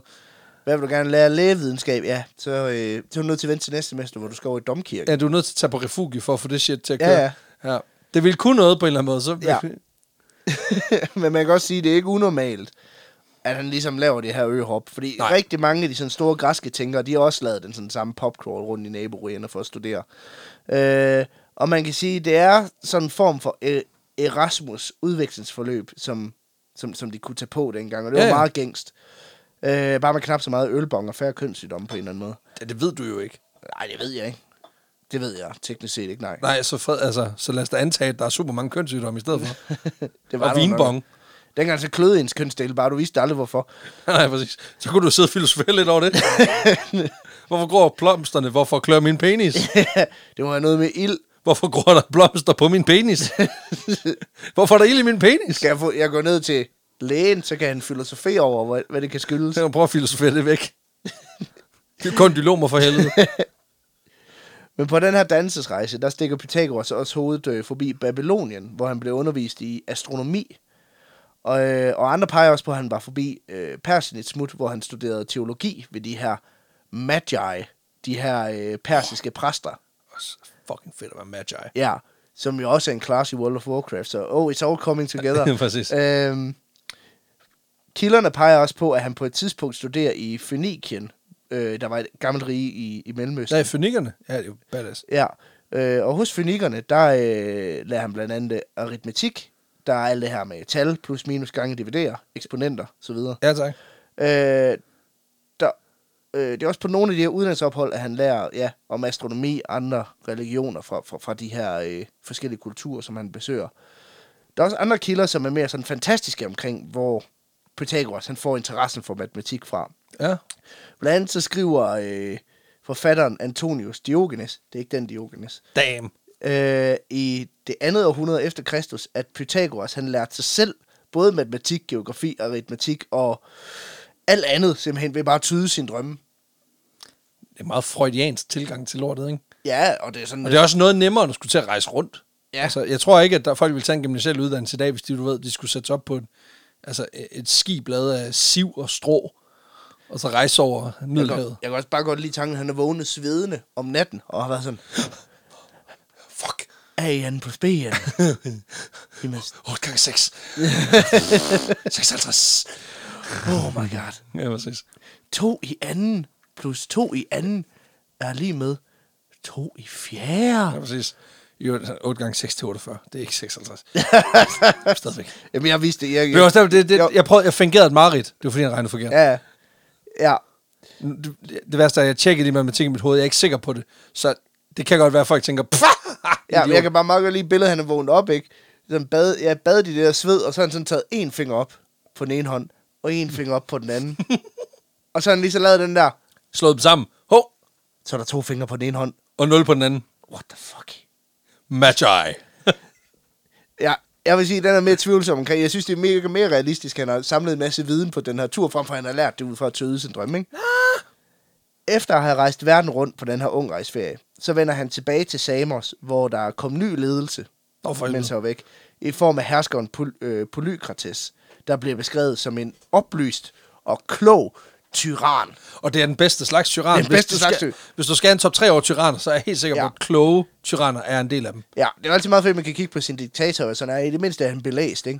S2: Hvad vil du gerne lære lægevidenskab? Ja, så, øh, så er du nødt til at vente til næste semester, hvor du skal over i domkirke.
S1: Ja, du er nødt til at tage på refugie for at få det shit til at
S2: Ja,
S1: køre. ja. Det ville kunne noget på en eller anden måde. Så...
S2: Ja. Men man kan også sige, at det er ikke unormalt, at han ligesom laver det her øhop. Fordi Nej.
S1: Nej.
S2: rigtig mange af de sådan store græske tænkere, de har også lavet den sådan samme popcrawl rundt i naboerne for at studere. Øh, og man kan sige, at det er sådan en form for øh, Erasmus udvekslingsforløb, som, som, som de kunne tage på dengang. Og det var
S1: Ja, ja.
S2: meget gængst. Øh, bare med knap så meget ølbong og færre kønssygdomme på en eller anden måde.
S1: ja, det ved du jo ikke.
S2: Nej, det ved jeg ikke. Det ved jeg teknisk set ikke, nej.
S1: Nej, så, fred, altså, så lad os da antage, at der er super mange kønssygdomme i stedet for.
S2: Det
S1: og
S2: der jo nok.
S1: vinbong.
S2: Dengang så kløede ens kønsdel bare, du vidste aldrig hvorfor.
S1: Nej, præcis. Så kunne du sidde og filosofere lidt over det. Hvorfor gror blomsterne? Hvorfor klør min penis?
S2: det var noget med ild.
S1: Hvorfor gror der blomster på min penis? Hvorfor er der ild i min penis?
S2: Skal jeg, få, jeg går ned til lægen, så kan han filosofere over, hvad, hvad det kan skyldes.
S1: Så kan du prøve at filosofere det væk. Det er kondylomer for helvede.
S2: Men på den her dansesrejse, der stikker Pythagoras også hovedet øh, forbi Babylonien, hvor han blev undervist i astronomi. Og, øh, og andre peger også på, at han var forbi øh, Persien et smut, hvor han studerede teologi ved de her magi, de her øh, persiske præster.
S1: Også fucking fedt at være magi.
S2: Ja, som jo også er en klasse i World of Warcraft, så oh, it's all coming together.
S1: Præcis.
S2: øhm, kilderne peger også på, at han på et tidspunkt studerer i Fønikien, øh, der var et gammelt rige i, i Mellemøsten.
S1: Der er fønikkerne. Ja, det er jo badass.
S2: Ja, øh, og hos fynikerne, der øh, lærer han blandt andet aritmetik. Der er alt det her med tal, plus minus gange dividerer, eksponenter osv.
S1: Ja, tak.
S2: Øh, der, øh, det er også på nogle af de her uddannelsesophold, at han lærer ja, om astronomi og andre religioner fra, fra, fra de her øh, forskellige kulturer, som han besøger. Der er også andre kilder, som er mere sådan fantastiske omkring, hvor Pythagoras han får interessen for matematik fra.
S1: Ja.
S2: Blandt andet så skriver øh, forfatteren Antonius Diogenes, det er ikke den Diogenes,
S1: Damn.
S2: øh, i det andet århundrede efter Kristus, at Pythagoras han lærte sig selv både matematik, geografi, aritmetik og alt andet simpelthen ved bare at tyde sin drømme.
S1: Det er meget freudiansk tilgang til lortet, ikke?
S2: Ja, og det er sådan...
S1: Og det er også noget nemmere, end at skulle til at rejse rundt.
S2: Ja.
S1: Altså, jeg tror ikke, at der, folk ville tage en gymnasial uddannelse i dag, hvis de, du ved, de skulle sætte sig op på et, altså, et skib lavet af siv og strå, og så rejse over
S2: jeg, kan,
S1: Middelhavet.
S2: jeg kan også bare godt lide tanken, at han er vågnet svedende om natten, og har været sådan,
S1: Fuck.
S2: er I anden på spæen? Jamen,
S1: 8 gange 6. 56.
S2: oh my god.
S1: Ja, præcis.
S2: To i anden plus to i anden er lige med to i
S1: Ja,
S2: fjerde.
S1: præcis. Jo, altså, 8 gange 6 til 48. Det er ikke 56. Stadigvæk.
S2: Jamen, jeg vidste det. Jeg,
S1: Det var også derfor, det,
S2: Jo.
S1: det, jeg, prøvede, jeg fingerede et mareridt. Det var fordi, jeg regnede forkert.
S2: Ja, ja.
S1: Det, det værste er, at jeg tjekkede det i matematik i mit hoved. Jeg er ikke sikker på det. Så det kan godt være, at folk tænker,
S2: Ja, men jeg
S1: idiot."
S2: kan bare meget godt lide billedet, han er vågnet op, ikke? Sådan bad, jeg bad i det der sved, og så har han sådan taget en finger op på den ene hånd, og en finger op på den anden. og så har han lige så lavet den der,
S1: slået dem sammen. Hov,
S2: så er der to fingre på den ene hånd.
S1: og 0 på den anden.
S2: What the fuck?
S1: Magi.
S2: Ja, jeg vil sige, at den er mere tvivlsom omkring. Jeg synes, det er mega mere realistisk, at han har samlet en masse viden på den her tur, frem for at han har lært det ud fra at tøde sin drømme, ikke?
S1: Ah!
S2: Efter at have rejst verden rundt på den her ungrejsferie, så vender han tilbage til Samos, hvor der kom ny ledelse
S1: Nå, for
S2: mens
S1: helvede.
S2: han var væk, i form af herskeren Pol- øh, Polykrates, der bliver beskrevet som en oplyst og klog tyran.
S1: Og det er den bedste slags tyran.
S2: Den
S1: Hvis
S2: bedste
S1: du
S2: slags
S1: skal,
S2: ty-
S1: Hvis du skal have en top 3 over tyranner, så er jeg helt sikker
S2: Ja.
S1: på, at kloge tyranner er en del af dem.
S2: Ja, det er altid meget fedt, at man kan kigge på sin diktator, og sådan er i det mindste er han belæst, ikke?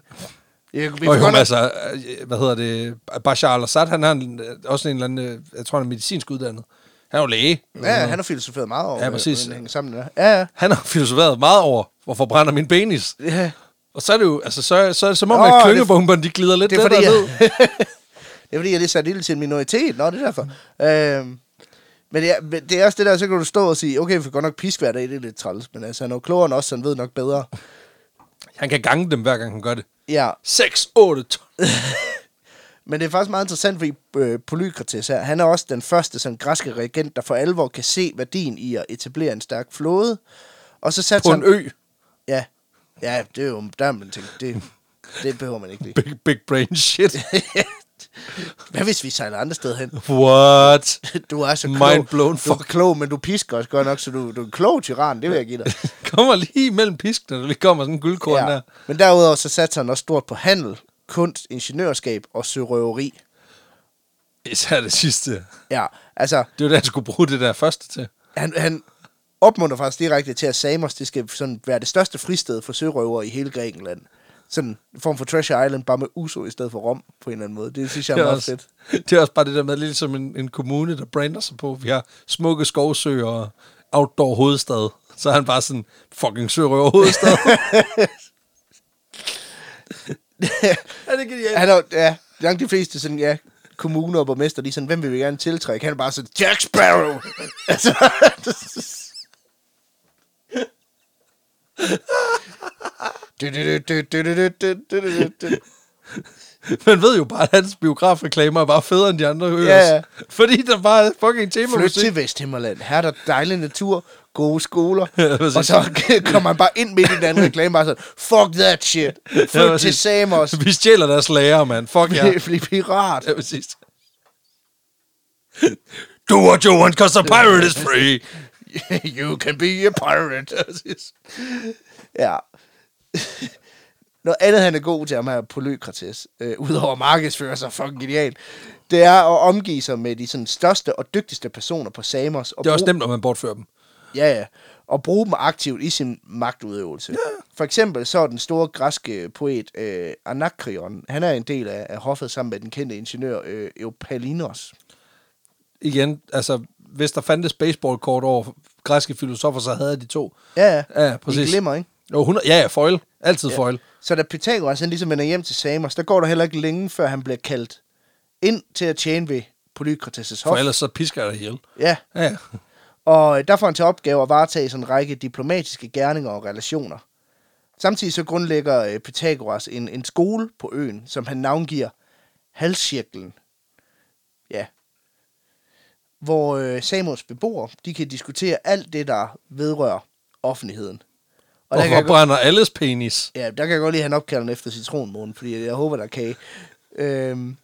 S2: Jeg, vi
S1: Og
S2: får
S1: jo,
S2: godt
S1: men
S2: nok,
S1: altså, øh, hvad hedder det, Bashar al-Assad, han har en, øh, også en eller anden, øh, jeg tror han er medicinsk uddannet. Han er jo læge.
S2: ja, han har filosoferet meget over,
S1: Mm. Ja, præcis.
S2: hvordan det hænger sammen. der. Ja, ja.
S1: Han har filosoferet meget over, hvorfor brænder min penis.
S2: ja.
S1: Og så er det jo, altså, så, så er det som om,
S2: Nå,
S1: at
S2: det-
S1: kløngebomberne, de glider lidt
S2: Det er,
S1: lettere
S2: fordi,
S1: ned.
S2: jeg, det er fordi, jeg lige satte ild til en minoritet. Nå, det er derfor. Øhm, men, det er, men det er også det der, så kan du stå og sige, okay, vi får godt nok pisk hver dag, det er lidt træls, men altså, han er jo klogere end os, så han ved nok bedre.
S1: Han kan gange dem, hver gang han gør det.
S2: Ja,
S1: 6, 8, 12.
S2: Men det er faktisk meget interessant, fordi øh, Polykrates her, han er også den første sådan, græske regent, der for alvor kan se værdien i at etablere en stærk flåde. Og så satte
S1: På en
S2: han,
S1: ø.
S2: Ja, ja, det er jo der har man tænkt, det, det behøver man ikke lige.
S1: Big, big brain shit.
S2: Hvad hvis vi sejler andre steder hen?
S1: What?
S2: Du er så klog.
S1: Mind blown,
S2: Du er
S1: fuck.
S2: klog, men du pisker også godt nok, så du, du er en klog tyran, det vil jeg give dig.
S1: kommer lige mellem piskene, når det kommer sådan en guldkorn ja. der.
S2: Men derudover så satte han også stort på handel, kunst, ingeniørskab og sørøveri.
S1: Især det sidste.
S2: Ja, altså,
S1: Det var det, han skulle bruge det der første til.
S2: Han, han opmunder faktisk direkte til, at Samos det skal sådan være det største fristed for sørøvere i hele Grækenland. Sådan en form for Treasure Island, bare med Uso i stedet for Rom, på en eller anden måde. Det synes jeg er
S1: det, er
S2: meget
S1: også,
S2: fedt.
S1: det er også bare det der med, lidt som en, en kommune, der brander sig på. Vi har smukke skovsøer og outdoor hovedstad. Så er han bare sådan, fucking sørøver hovedstad. er det genialt?
S2: Han er, ja, langt de fleste sådan, ja, kommuner og borgmester, de er sådan, hvem vil vi gerne tiltrække? Han er bare sådan, Jack Sparrow! altså,
S1: Man ved jo bare, at hans biografreklamer er bare federe end de andre øres.
S2: Ja, ja.
S1: Fordi der bare er fucking tema
S2: Flyt
S1: musik.
S2: til Vesthimmerland. Her er der dejlig natur, gode skoler.
S1: Ja, præcis.
S2: og så kommer han bare ind midt i den anden reklame, bare sådan, fuck that shit. Flyt
S1: præcis.
S2: til Samos.
S1: Vi stjæler deres lager, mand. Fuck jer.
S2: Bliv, bliv pirat.
S1: Ja, præcis. Do what you want, cause the pirate is free.
S2: you can be a pirate. Ja. Noget andet, han er god til, om han er polykrates, øh, udover at markedsføre sig fucking genialt, det er at omgive sig med de sådan, største og dygtigste personer på Samos. Og
S1: Det er også
S2: bruge-
S1: nemt, når man bortfører dem.
S2: Ja, ja. Og bruge dem aktivt i sin magtudøvelse. Ja. For eksempel så er den store græske poet øh, Anakrion, han er en del af, af hoffet sammen med den kendte ingeniør øh, Eupalinos.
S1: Igen, altså, hvis der fandtes baseballkort over græske filosofer, så havde jeg de to.
S2: Ja, ja.
S1: Ja, præcis.
S2: I glemmer, ikke?
S1: Jo, 100, ja, ja, foil. Altid ja. foil.
S2: Så da Pythagoras han ligesom vender hjem til Samos, der går der heller ikke længe, før han bliver kaldt ind til at tjene ved Polykrates'
S1: For
S2: hof.
S1: ellers så pisker jeg dig ihjel.
S2: Ja,
S1: Ja, ja.
S2: og øh, der får han til opgave at varetage sådan en række diplomatiske gerninger og relationer. Samtidig så grundlægger øh, Pythagoras en, en skole på øen, som han navngiver Halscirklen. Ja. Hvor øh, Samos beboere, de kan diskutere alt det, der vedrører offentligheden.
S1: Og,
S2: der kan jeg
S1: og brænder alles penis.
S2: Ja, der kan jeg godt lide, at han opkalder den efter citronmånen, fordi jeg håber, der er kage. Øhm,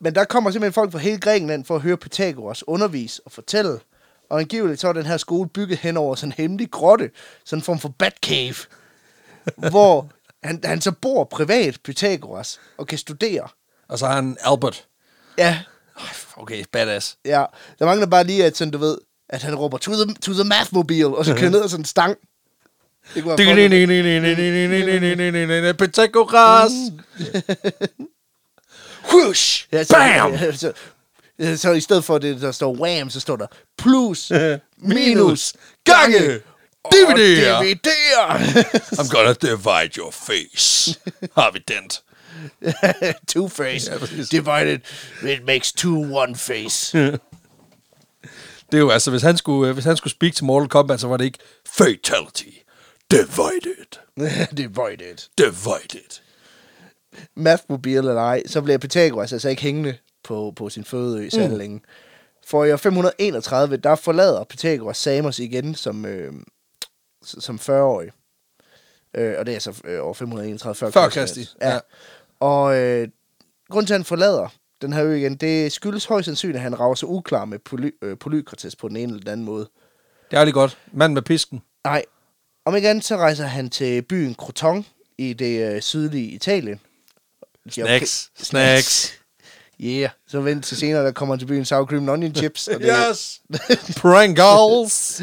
S2: men der kommer simpelthen folk fra hele Grækenland for at høre Pythagoras undervise og fortælle. Og angiveligt så er den her skole bygget hen over sådan en hemmelig grotte, sådan en form for Batcave, hvor han, han så bor privat, Pythagoras, og kan studere.
S1: Og så har han Albert.
S2: Ja,
S1: Ej, Okay, badass.
S2: ja. Der mangler bare lige, at sådan, du ved, at han råber, to the, to the mathmobile, og så kører ned ad sådan en stang. Det kunne være fucking-
S1: Pythagoras. Whoosh!
S2: Ja, så,
S1: Bam!
S2: Ja, så, ja, så i stedet for det, der står wham, så står der plus, minus, gange, og
S1: dividere.
S2: dividere.
S1: I'm gonna divide your face. Har vi den?
S2: two face
S1: Ja, præcis.
S2: divided, it makes two one face.
S1: Det er jo altså, hvis han skulle, hvis han skulle speak til Mortal Kombat, så var det ikke fatality. Divided.
S2: divided.
S1: Divided.
S2: Mathmobile eller ej, så bliver Pythagoras altså ikke hængende på, på sin fødeø så mm. længe. For i år 531, der forlader Pythagoras Samos igen som, øh, s- som 40-årig. Øh, og det er altså øh, år 531 før,
S1: Før Kristi,
S2: Ja.
S1: ja.
S2: ja. Og øh, grunden til, at han forlader den her ø igen, det skyldes højst sandsynligt, at han rager sig uklar med poly, øh, Polykrates på den ene eller den anden måde.
S1: Det er det godt. Manden med pisken.
S2: Nej. Om ikke andet, så rejser han til byen Croton i det øh, sydlige Italien.
S1: Snacks. Snacks.
S2: Yeah. Så vent til senere, der kommer han til byen sour cream and onion chips. Og det,
S1: Yes. Pringles.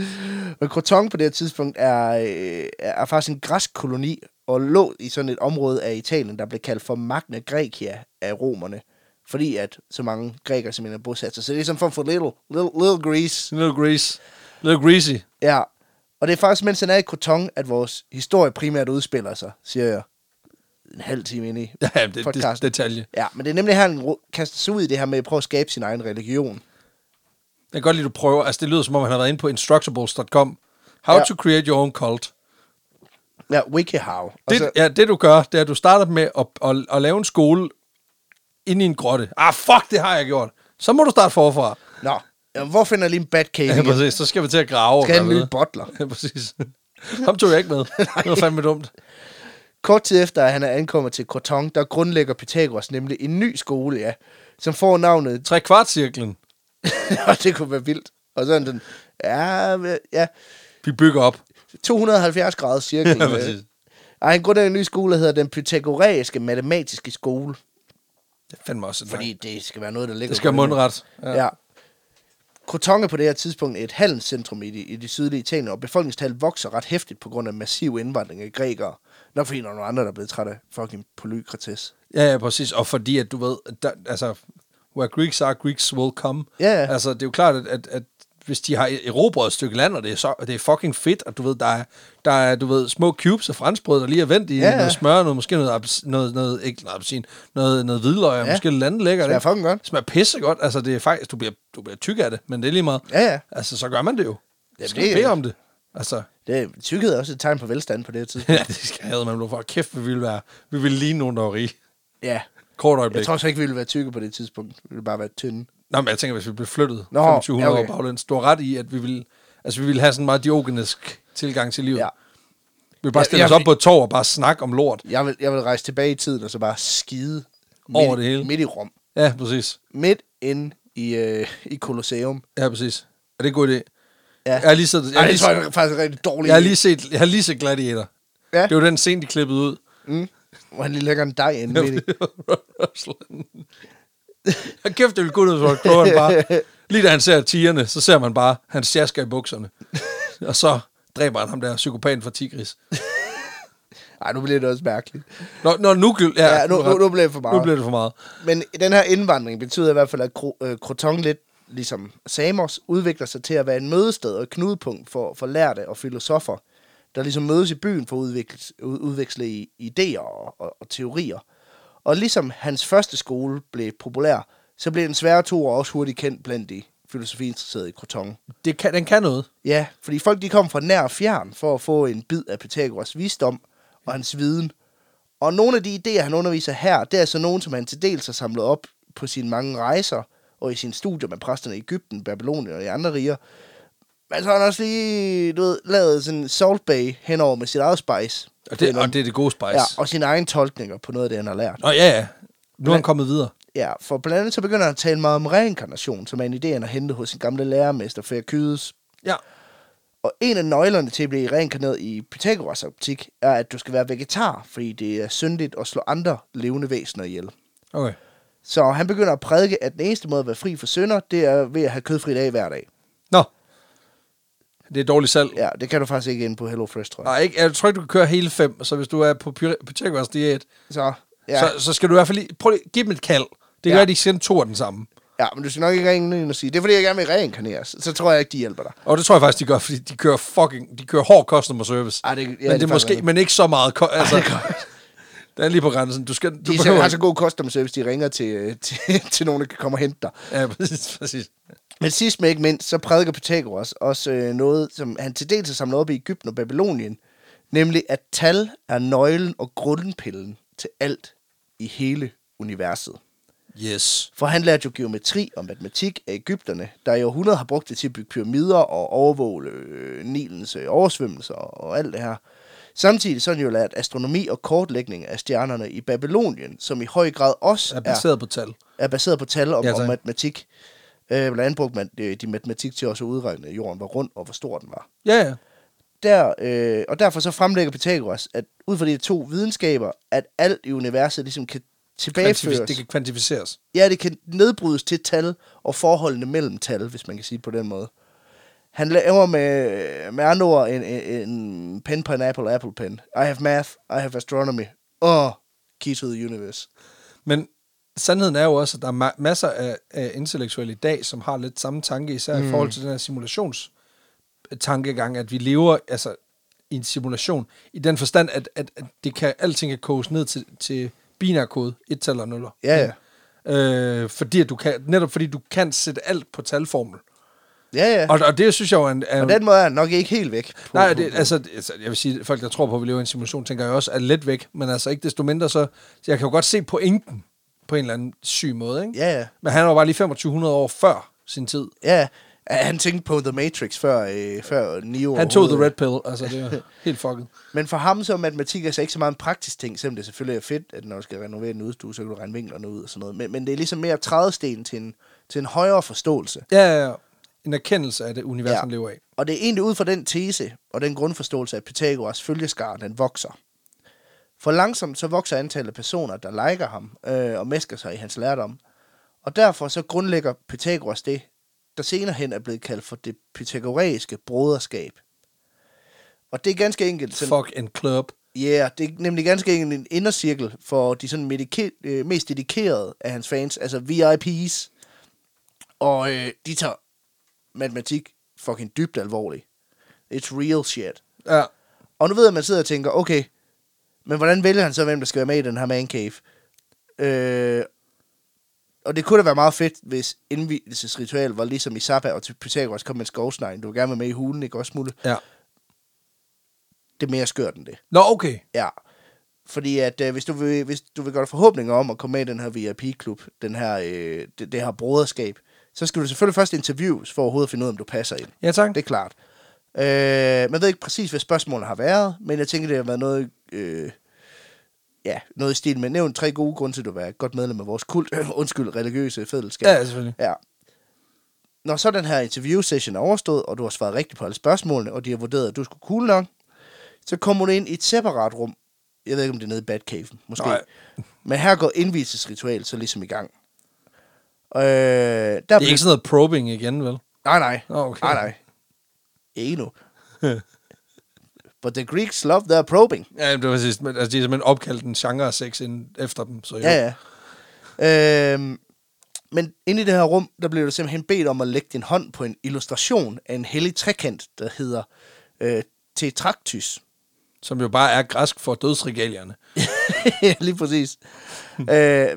S2: Men Croton på det her tidspunkt er, øh, er faktisk en græsk koloni, og lå i sådan et område af Italien, der blev kaldt for Magna Graecia af romerne. Fordi at så mange grækere simpelthen har bosat sig. Så det er sådan en form for little, little, little Greece.
S1: Little grease. Little greasy.
S2: Ja, og det er faktisk, mens han er i Croton, at vores historie primært udspiller sig, siger jeg en halv time ind i
S1: Ja, det, det,
S2: podcasten.
S1: detalje.
S2: Ja, men det er nemlig her, han ro- kaster sig ud i det her med at prøve at skabe sin egen religion.
S1: Jeg kan godt lide, du prøver. Altså, det lyder, som om han har været inde på instructables.com. How
S2: Ja.
S1: to create your own cult.
S2: Ja, Wikihow. Og
S1: Det,
S2: så,
S1: ja, det du gør, det er, at du starter med at, at, at, lave en skole inde i en grotte. Ah, fuck, det har jeg gjort. Så må du starte forfra.
S2: nå, jamen, hvor finder jeg lige en Batcave?
S1: Ja,
S2: Ja,
S1: præcis. Så skal vi til at grave.
S2: Skal
S1: og
S2: have en
S1: hvad
S2: ny
S1: ved.
S2: butler.
S1: Ja, præcis. Ham tog jeg ikke med. Det var fandme dumt.
S2: Kort tid efter, at han er ankommet til Croton, der grundlægger Pythagoras nemlig en ny skole, ja, som får navnet,
S1: Tre kvartcirklen.
S2: og det kunne være vildt. Og sådan den, ja, ja,
S1: Vi bygger op.
S2: 270 graders cirkel.
S1: Ja,
S2: øh.
S1: præcis.
S2: Ej, en grundlæggende ny skole der hedder den pythagoræiske matematiske skole.
S1: Det er fandme også et
S2: Fordi
S1: Fordi
S2: det skal være noget, der ligger...
S1: Det skal være
S2: på den-
S1: mundret. Ja.
S2: Ja. Croton er på det her tidspunkt et handelscentrum i det, i det sydlige Italien, og befolkningstallet vokser ret hæftigt på grund af massiv indvandring af grækere. Nok fordi der er nogle andre, der er blevet træt af fucking polykrates.
S1: Ja, ja, præcis. Og fordi, at du ved, der, altså, where Greeks are, Greeks will come.
S2: Ja, ja.
S1: Altså, det er jo klart, at, at, at hvis de har erobret et stykke land, og det er, så, og det er fucking fedt, og du ved, der er, der er du ved, små cubes af franskbrød, der lige er vendt i
S2: Ja,
S1: ja,
S2: ja.
S1: ja. noget smør, og noget, måske noget, abs, noget, noget, ikke noget appelsin, noget, noget hvidløg, og
S2: Ja.
S1: måske lidt andet lækkert.
S2: Smager
S1: ikke?
S2: fucking godt.
S1: Smager pissegodt. Altså, det er faktisk, du bliver, du bliver tyk af det, men det er lige meget.
S2: Ja, ja.
S1: Altså, så gør man det jo.
S2: Jamen,
S1: Jamen, skal
S2: det
S1: det,
S2: er-
S1: bede om det. Altså,
S2: Det, tykkhed er også et tegn på velstand på det her tidspunkt.
S1: ja, det skal jeg have, man blev for. Kæft, vi ville være. Vi ville ligne nogen, der var rige.
S2: ja.
S1: Kort
S2: Jeg
S1: øjeblik.
S2: tror så ikke, vi ville være tykke på det tidspunkt. Vi ville bare være tynde.
S1: Nå, men jeg tænker, hvis vi blev flyttet
S2: Nå,
S1: 2500
S2: ja,
S1: okay.
S2: okay.
S1: år baglæns, du har ret i, at vi ville, altså, vi ville have sådan en meget diogenesk tilgang til livet.
S2: Ja.
S1: Ja. Vi ville bare
S2: Ja,
S1: stille
S2: ja,
S1: os op
S2: vi-
S1: på et tog og bare snakke om lort.
S2: Jeg vil, jeg vil rejse tilbage i tiden og så bare skide
S1: Over
S2: midt,
S1: det hele.
S2: midt i Rom.
S1: Ja, præcis.
S2: Midt inde i, øh, i Colosseum.
S1: Ja, præcis. Er det en god idé?
S2: Ja.
S1: Jeg har lige, set, jeg har
S2: Ej, det
S1: lige,
S2: tror jeg er faktisk er rigtig dårligt.
S1: jeg har lige set, jeg har lige set Gladiator.
S2: Ja.
S1: Det var den scene, de klippede ud.
S2: Mm. Hvor han lige lægger en dej ind midt i.
S1: Og kæft, det ville kun ud, hvor kloger han bare. Lige da han ser tigerne, så ser man bare, han sjasker i bukserne. og så dræber han ham der, psykopaten fra Tigris.
S2: Ej, nu bliver det også mærkeligt.
S1: Nå, nå nu, gø- ja,
S2: Ja, nu, nu, nu bliver det for meget.
S1: nu bliver det for meget.
S2: Men den her indvandring betyder i hvert fald, at Kro- øh, Croton lidt ligesom Samos udvikler sig til at være en mødested og et knudepunkt for, for lærte og filosofer, der ligesom mødes i byen for at udvikle, ud, udveksle i, idéer og, og, og teorier. Og ligesom hans første skole blev populær, så blev den svære to år også hurtigt kendt blandt de filosofiinteresserede i Croton.
S1: Det kan, den kan noget.
S2: Ja, fordi folk de kom fra nær og fjern for at få en bid af Pythagoras visdom og hans viden. Og nogle af de idéer, han underviser her, det er så nogle, som han til dels har samlet op på sine mange rejser og i sine studier med præsterne i Ægypten, Babylonien og i andre riger. Men så har han også lige du ved, lavet sådan en Salt Bay henover med sit eget spice.
S1: Og det, og det er det gode spice.
S2: Ja,
S1: Ja,
S2: og sine egne tolkninger på noget af det, han har lært.
S1: Nå ja, ja. Nu er han kommet videre.
S2: Ja, for blandt andet så begynder han at tale meget om reinkarnation, som er en idé, han har hentet hos sin gamle lærermester, Færkydes.
S1: Ja.
S2: Og en af nøglerne til at blive reinkarneret i Pythagoras optik, er, at du skal være vegetar, fordi det er syndigt at slå andre levende væsener ihjel.
S1: Okay.
S2: Så han begynder at prædike, at den eneste måde at være fri for synder, det er ved at have kødfri dag hver dag.
S1: Nå. Det er dårligt salg. Ja.
S2: Ja, det kan du faktisk ikke ind på HelloFresh, tror jeg.
S1: Nej, ikke, jeg tror ikke, du kan køre hele fem, så hvis du er på pyre- Pythagoras diæt,
S2: Så,
S1: ja.
S2: ja,
S1: så, så skal du i hvert fald lige, prøv lige, give dem et kald. Det kan
S2: Ja.
S1: ja. være, at de sender to af den samme.
S2: ja, men du skal nok ikke ringe ind og sige, det er fordi, jeg gerne vil reinkarneres. Så tror jeg ikke, de hjælper dig.
S1: Og det tror jeg faktisk, de gør, fordi de kører fucking, de kører hård customer service.
S2: Ej, det- ja, det er
S1: men, det er
S2: faktisk
S1: måske,
S2: rigtigt.
S1: men ikke så meget. ko- Altså,
S2: det er
S1: det er lige på grænsen. Du skal, du
S2: De
S1: behøver
S2: har så
S1: ikke-
S2: god custom service, de ringer til, øh, til, til nogen, der kan komme og hente dig.
S1: Ja, præcis, præcis.
S2: Men sidst men ikke mindst, så prædiker Pythagoras også øh, noget, som han til dels har samlet op i Ægypten og Babylonien, nemlig at tal er nøglen og grundpillen til alt i hele universet.
S1: Yes.
S2: For han lærte jo geometri og matematik af Ægypterne, der i århundreder har brugt det til at bygge pyramider og overvåge øh, Nilens øh, oversvømmelser og alt det her. Samtidig så har han jo lært astronomi og kortlægning af stjernerne i Babylonien, som i høj grad også
S1: Er
S2: er
S1: baseret på tal.
S2: er baseret på tal om,
S1: Ja,
S2: ja,
S1: tak.
S2: om matematik. Øh, blandt andet brugte man øh, de matematik til også at udregne, at jorden var rund og hvor stor den var.
S1: Ja, ja.
S2: Der, øh, og derfor så fremlægger Pythagoras, at ud fra de to videnskaber, at alt i universet ligesom kan tilbageføres.
S1: Kvantifi- det kan kvantificeres.
S2: Ja, det kan nedbrydes til tal og forholdene mellem tal, hvis man kan sige det på den måde. Han laver med, med andre ord en, en, en pen, pineapple, apple pen. I have math, I have astronomy, og key to the universe.
S1: Men sandheden er jo også, at der er ma- masser af, af intellektuelle i dag, som har lidt samme tanke, især mm. i forhold til den her simulationstankegang, at vi lever altså, i en simulation, i den forstand, at, at, at det kan, alting kan koges ned til, til binærkode, et tal og nuller.
S2: Ja, ja.
S1: Øh, fordi at du kan, netop fordi du kan sætte alt på talformel.
S2: Ja, ja.
S1: Og, og det synes jeg jo er en... Er,
S2: På den måde er han nok ikke helt væk. På,
S1: Nej, det, altså, det- altså, jeg vil sige, at folk, der tror på, at vi lever i en simulation, tænker jeg også er let væk, men altså ikke desto mindre, så, så jeg kan jo godt se pointen på en eller anden syg måde, ikke?
S2: Ja, ja.
S1: Men han var bare lige 2500 år før sin tid.
S2: Ja, ja, han tænkte på The Matrix før, øh, før Neo.
S1: Han tog
S2: overhovedet.
S1: the red pill, altså det var helt fucket.
S2: Men for ham så er matematik altså ikke så meget en praktisk ting, selvom det selvfølgelig er fedt, at når du skal renovere en udstue, så kan du regne vinklerne ud og sådan noget. Men, men det er ligesom mere trædesten til en, til en højere forståelse.
S1: Ja, ja, ja. En erkendelse af det univers,
S2: Ja.
S1: ja. han lever af.
S2: Og det er egentlig ud fra den tese og den grundforståelse, at Pythagoras følgeskar, den vokser. For langsomt så vokser antallet af personer, der liker ham øh, og mesker sig i hans lærdom. Og derfor så grundlægger Pythagoras det, der senere hen er blevet kaldt for det pythagoræiske broderskab. Og det er ganske enkelt sådan,
S1: Fuck en club.
S2: ja, yeah, det er nemlig ganske enkelt en indercirkel for de sådan medike- øh, mest dedikerede af hans fans, altså VIP's. Og øh, de tager matematik fucking dybt alvorligt. It's real shit.
S1: Ja.
S2: Og nu ved jeg, at man sidder og tænker, okay, men hvordan vælger han så, hvem der skal være med i den her man cave? Øh, og det kunne da være meget fedt, hvis indvielsesritual var ligesom i Zappa og til Pythagoras kom med en skovsnegn. Du vil gerne være med i hulen, ikke også, Mulle?
S1: Ja.
S2: det er mere skørt end det.
S1: Nå, okay.
S2: Ja. Fordi at øh, hvis, du vil, hvis du vil gøre dig forhåbninger om at komme med i den her VIP-klub, den her, øh, det, det her broderskab, så skal du selvfølgelig først interviews for overhovedet at finde ud af, om du passer ind.
S1: Ja, tak.
S2: Det er klart. Øh, man ved ikke præcis, hvad spørgsmålene har været, men jeg tænker, det har været noget, øh, ja, noget i stil med nævn tre gode grunde til, at du er godt medlem af vores kult, undskyld, religiøse fællesskab.
S1: Ja, selvfølgelig.
S2: Ja. Når så den her interview-session er overstået, og du har svaret rigtigt på alle spørgsmålene, og de har vurderet, at du skulle cool nok, så kommer du ind i et separat rum. Jeg ved ikke, om det er nede i Batcave, måske.
S1: Nej.
S2: Nej. Men her går indvielsesritual så ligesom i gang. Øh, der
S1: Det er ikke sådan noget probing igen, vel?
S2: Nej, nej.
S1: Nå, okay.
S2: Nej, nej. Ikke nu. But the Greeks love their probing.
S1: Ja, det var præcis. Men, altså, de har simpelthen opkaldt en genre af sex ind efter dem. Så jo.
S2: Ja, ja. Øhm, men inde i det her rum, der blev du simpelthen bedt om at lægge din hånd på en illustration af en hellig trekant, der hedder øh, Tetraktis.
S1: Som jo bare er græsk for dødsregalierne.
S2: Ja, lige præcis. øh,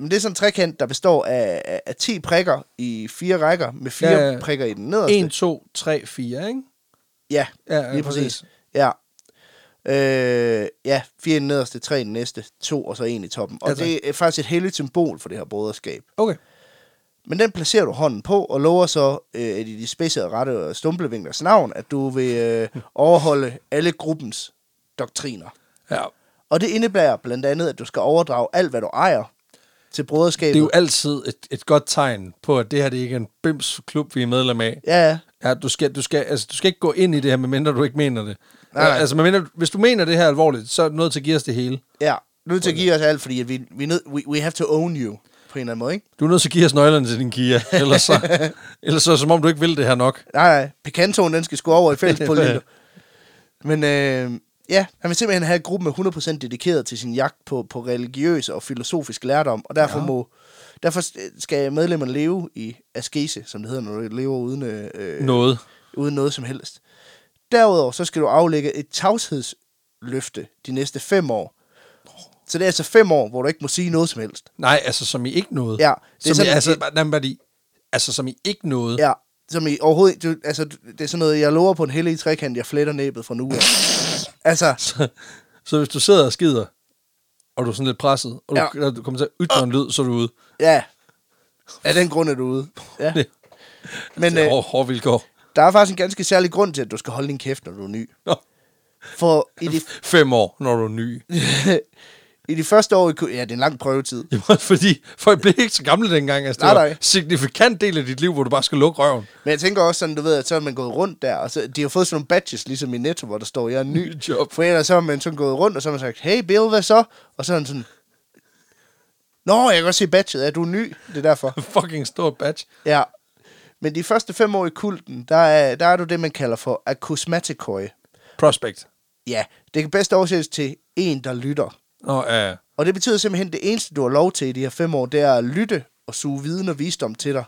S2: men det er sådan en trekant, der består af, af, af 10 prikker i fire rækker, med fire
S1: Ja,
S2: ja,
S1: ja.
S2: prikker i den nederste.
S1: 1, 2, 3, 4, ikke?
S2: Ja,
S1: Ja, ja,
S2: lige præcis. Ja. Øh, ja, fire i den nederste, tre i den næste, to og så en i toppen. Og
S1: Ja, tak.
S2: det er faktisk et helligt symbol for det her broderskab.
S1: Okay.
S2: Men den placerer du hånden på og lover så øh, at i de spidse og rette og stumplevinklers navn, at du vil øh, overholde alle gruppens doktriner.
S1: Ja.
S2: Og det indebærer blandt andet, at du skal overdrage alt, hvad du ejer til broderskabet.
S1: Det er jo altid et, et godt tegn på, at det her det ikke er en bimsklub, vi er medlem af.
S2: Ja, ja.
S1: Ja, du skal, du, skal, altså, du skal ikke gå ind i det her, medmindre du ikke mener det.
S2: Nej, nej.
S1: Altså, medmindre, hvis du mener det her alvorligt, så er du nødt til at give os det hele.
S2: ja. Du er nødt til at give os alt, fordi at vi, vi er nød, we, we have to own you på en eller anden måde, ikke?
S1: Du er nødt til at give os nøglerne til din Kia, ellers så, ellers så er det, som om du ikke vil det her nok.
S2: Nej, nej. Picantoen, den skal sgu over i fælles på lidt. Men øh, ja, han vil simpelthen have en gruppe med 100% dedikeret til sin jagt på, på religiøs og filosofisk lærdom, og derfor, ja. må, derfor skal medlemmerne leve i askese, som det hedder, når du lever uden, øh,
S1: Noget.
S2: uden noget som helst. Derudover så skal du aflægge et tavshedsløfte de næste fem år. Så det er altså fem år, hvor du ikke må sige noget som helst.
S1: Nej, altså som I ikke noget.
S2: Ja,
S1: det er som sådan, I, altså,
S2: det-
S1: det... Bare, de, altså som I ikke noget.
S2: Ja, som I overhovedet... Du, altså, du- det er sådan noget, jeg lover på en hellig trekant, jeg fletter næbet fra nu af. altså,
S1: Så, så hvis du sidder og skider, og du er sådan lidt presset, og du,
S2: Ja.
S1: ja. du kommer til at ytre en lyd, så er du ude.
S2: ja. Af den grund er du ude. Ja.
S1: Det,
S2: Men
S1: det er
S2: øh,
S1: hårde, hårde vilkår.
S2: der er faktisk en ganske særlig grund til, at du skal holde din kæft, når du er ny.
S1: Nå,
S2: For i de,
S1: fem år, når du er ny.
S2: i de første år... i ku- Ja, det er en lang prøvetid.
S1: Jamen, fordi folk blev ikke så gamle dengang. Altså, det
S2: Nej,
S1: var
S2: nej.
S1: en signifikant del af dit liv, hvor du bare skal lukke røven.
S2: Men jeg tænker også sådan, du ved, at så er man gået rundt der, og så, de har fået sådan nogle badges, ligesom i Netto, hvor der står, jeg er ny.
S1: Ny job.
S2: For ellers så har man sådan gået rundt, og så har man sagt, hey Bill, hvad så? Og så er han sådan, Nå, jeg kan godt se badget, er du er ny? Det er derfor.
S1: Fucking stor batch.
S2: Ja. Men de første fem år i kulten, der er, der er du det, man kalder for akusmatikøje.
S1: Prospect.
S2: Ja, det kan bedst oversættes til en, der lytter.
S1: Nå, ja.
S2: Og det betyder simpelthen, at det eneste, du har lov til i de her fem år, det er at lytte og suge viden og visdom til dig.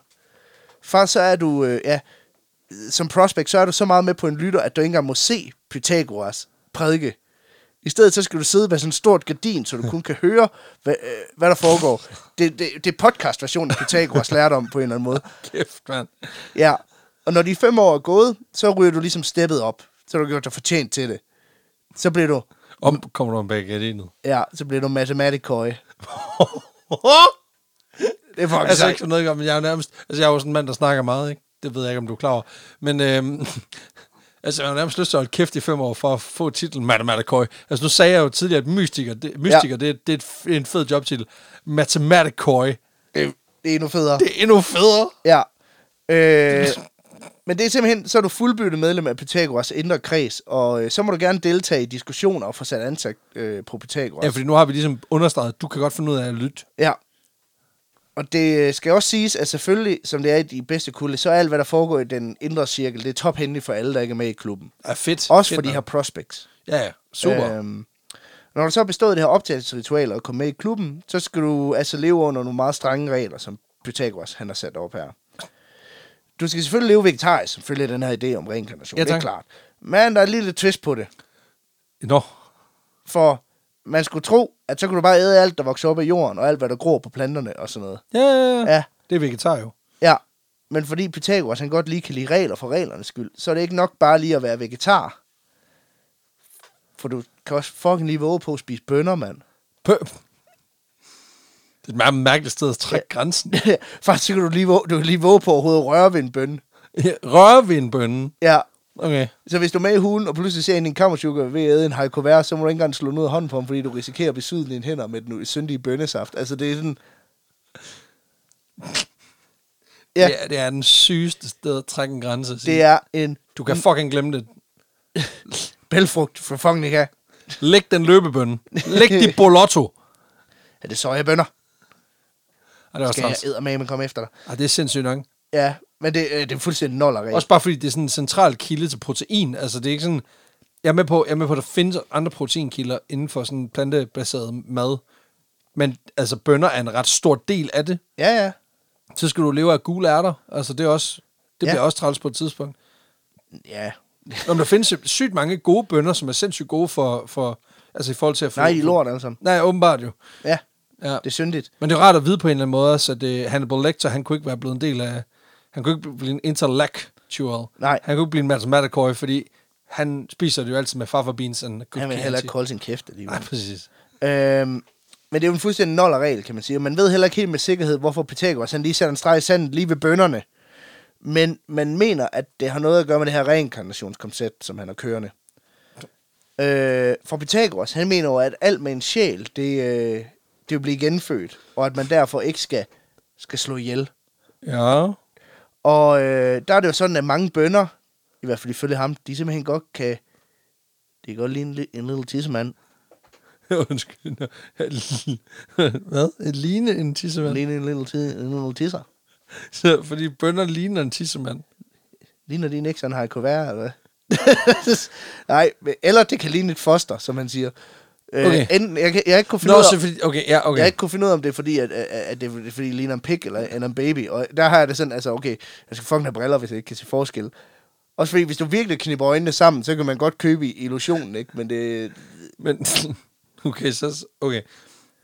S2: Faktisk så er du, øh, ja, som prospect, så er du så meget med på en lytter, at du ikke engang må se Pythagoras prædike. I stedet så skal du sidde med sådan et stort gardin, så du kun kan høre, hvad, øh, hvad der foregår. Det, det, det er podcast-versionen af Pythagoras lærte om på en eller anden måde.
S1: kæft, mand.
S2: Ja, og når de fem år er gået, så ryger du ligesom steppet op. Så har du gjort dig fortjent til det. Så bliver du,
S1: Om kommer du om bag gardinet.
S2: ja, så bliver du matematikøje. Det er fucking
S1: altså
S2: sejt.
S1: ikke for noget, ikke? men jeg er jo nærmest, altså jeg er jo sådan en mand, der snakker meget, ikke? Det ved jeg ikke, om du er klar over. Men øhm, altså, jeg har nærmest lyst til at holde kæft i fem år for at få titlen Mathematikøj. Altså nu sagde jeg jo tidligere, at mystiker, det, mystiker ja. det, det, er et, f- en fed jobtitel. Mathematikøj,
S2: Det, det er endnu federe.
S1: det er endnu federe.
S2: Ja. Øh, men det er simpelthen, så er du fuldbyttet medlem af Pythagoras indre kreds, og øh, så må du gerne deltage i diskussioner og få sat ansigt øh, på Pythagoras.
S1: Ja, fordi nu har vi ligesom understreget, at du kan godt finde ud af at lytte.
S2: Ja. Og det øh, skal også siges, at selvfølgelig, som det er i de bedste kulde, så er alt, hvad der foregår i den indre cirkel, det er tophændeligt for alle, der ikke er med i klubben.
S1: Ja, fedt.
S2: Også for
S1: Fedt,
S2: de her
S1: mand.
S2: prospects.
S1: Ja, ja, super. Øh,
S2: Øhm, når du så har bestået det her optagelsesritual og kommet med i klubben, så skal du altså leve under nogle meget strenge regler, som Pythagoras han har sat op her. Du skal selvfølgelig leve vegetarisk, som følger den her idé om reinkarnation.
S1: Ja,
S2: det er
S1: tak.
S2: klart. Men der er et lille twist på det,
S1: Nå,
S2: for man skulle tro, at så kunne du bare æde alt, der vokser op af jorden, og alt, hvad der gror på planterne og sådan noget.
S1: ja, ja, ja.
S2: Ja,
S1: det er vegetar jo.
S2: ja. Men fordi Pythagoras han godt lige kan lide regler for reglernes skyld, så er det ikke nok bare lige at være vegetar. For du kan også fucking lige våge på at spise bønner, mand.
S1: Pø. Det er et meget mærkeligt sted at trække grænsen.
S2: Faktisk så kan du lige våge, du kan lige våge på overhovedet at røre ved en bønne.
S1: Ja, Røre ved en bønne.
S2: Ja.
S1: Okay.
S2: Så hvis du er med i hulen, og pludselig ser en i en kammerchukker ved at æde en haiku vær, så må du ikke engang slå noget hånd på ham, fordi du risikerer at besyde dine hænder med den syndige bønnesaft. Altså, det er sådan... Ja.
S1: Ja. Det, er, det er den sygeste sted at trække en grænse. at sige.
S2: Det er en
S1: Du kan fucking glemme det.
S2: bælfrugt for fucking ikke af.
S1: Læg den løbebønne. Læg de bolotto.
S2: Er det sojabønner?
S1: Ej, det er også
S2: Skal jeg
S1: træls.
S2: eddermame komme efter dig?
S1: Ej, det er sindssygt nok.
S2: Ja, men det, øh, det er fuldstændig noller
S1: Også bare fordi det er sådan en central kilde til protein. Altså, det er ikke sådan... Jeg er med på, jeg er med på at der findes andre proteinkilder inden for sådan plantebaseret mad. Men altså, bønner er en ret stor del af det.
S2: Ja, ja.
S1: Så skal du leve af gule ærter. Altså, det, er også, det
S2: Ja.
S1: ja. bliver også træls på et tidspunkt.
S2: Ja.
S1: Nå, men der findes sy- sygt mange gode bønner, som er sindssygt gode for... for altså, i forhold til at få...
S2: Nej, i lort altså.
S1: Nej, åbenbart jo.
S2: Ja,
S1: Ja.
S2: det er syndigt.
S1: Men det er rart at vide på en eller anden måde også, at uh, Hannibal Lecter, han kunne ikke være blevet en del af... Han kunne ikke blive en intellectual.
S2: Nej.
S1: Han kunne ikke blive en matematiker, fordi han spiser det jo altid med fava beans and good
S2: Han vil heller ikke holde sin kæft alligevel.
S1: Nej, præcis.
S2: Øhm, men det er jo en fuldstændig noller regel, kan man sige. Og man ved heller ikke helt med sikkerhed, hvorfor Pythagoras han lige sætter en streg i sandet lige ved bønderne. Men man mener, at det har noget at gøre med det her reinkarnationskoncept, som han har kørende. Øh, for Pythagoras, han mener jo, at alt med en sjæl, det, øh, det vil blive genfødt, og at man derfor ikke skal, skal slå ihjel.
S1: Ja.
S2: Og øh, der er det jo sådan, at mange bønder, i hvert fald ifølge ham, de simpelthen godt kan... Det kan godt lide en, li- en lille tissemand.
S1: Undskyld. Hvad? Ligne en tissemand?
S2: Lige en lille, ti- en lille tisser.
S1: Så, fordi bønder ligner en tissemand.
S2: Ligner din ikke sådan har kuvert, eller hvad? Nej, men- eller det kan ligne et foster, som han siger. Øh,
S1: Okay.
S2: enten, jeg, kan, jeg, har ikke kunne finde
S1: Nå,
S2: ud af,
S1: så fordi... Okay, ja,
S2: jeg har
S1: okay.
S2: ikke kunne finde ud af, om det er fordi, at, at, at det, er fordi, det ligner en pik eller, eller en baby. Og der har jeg det sådan, altså okay, jeg skal fucking have briller, hvis jeg ikke kan se forskel. Også fordi, hvis du virkelig knipper øjnene sammen, så kan man godt købe i illusionen, ikke? Men det...
S1: Men... Okay, så... Okay.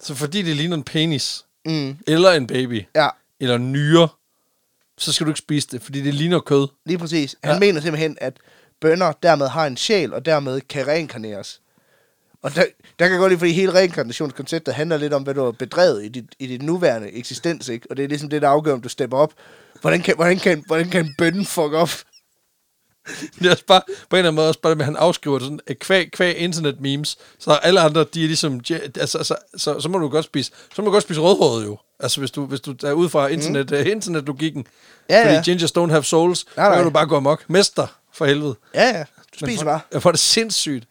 S1: Så fordi det ligner en penis,
S2: Mm,
S1: eller en baby,
S2: ja,
S1: eller nyre, så skal du ikke spise det, fordi det ligner kød.
S2: Lige præcis. Han ja.
S1: Ja.
S2: mener simpelthen, at bønder dermed har en sjæl, og dermed kan reinkarneres. Og der, der kan jeg godt lide, fordi hele reinkarnationskonceptet handler lidt om, hvad du har bedrevet i dit, i dit nuværende eksistens, ikke? Og det er ligesom det, der afgør, om du stepper op. Hvordan kan, hvordan kan, hvordan kan en bønne fuck op?
S1: Det er også bare, på en eller anden måde, også bare det med, at han afskriver det sådan, at kvæg, kvæg internet memes, så alle andre, de er ligesom, ja, altså, så, så, så, må du godt spise, så må du godt spise rødhåret jo. Altså, hvis du, hvis du er ud fra internet, mm. uh, internetlogikken,
S2: Mhm. Ja,
S1: ja, fordi
S2: ja.
S1: ja. gingers don't have souls,
S2: Nej,
S1: nej,
S2: nej.
S1: så kan du bare gå amok. Mester, for helvede.
S2: Ja, ja. Du
S1: Men
S2: spiser
S1: for-
S2: bare.
S1: Jeg får det sindssygt.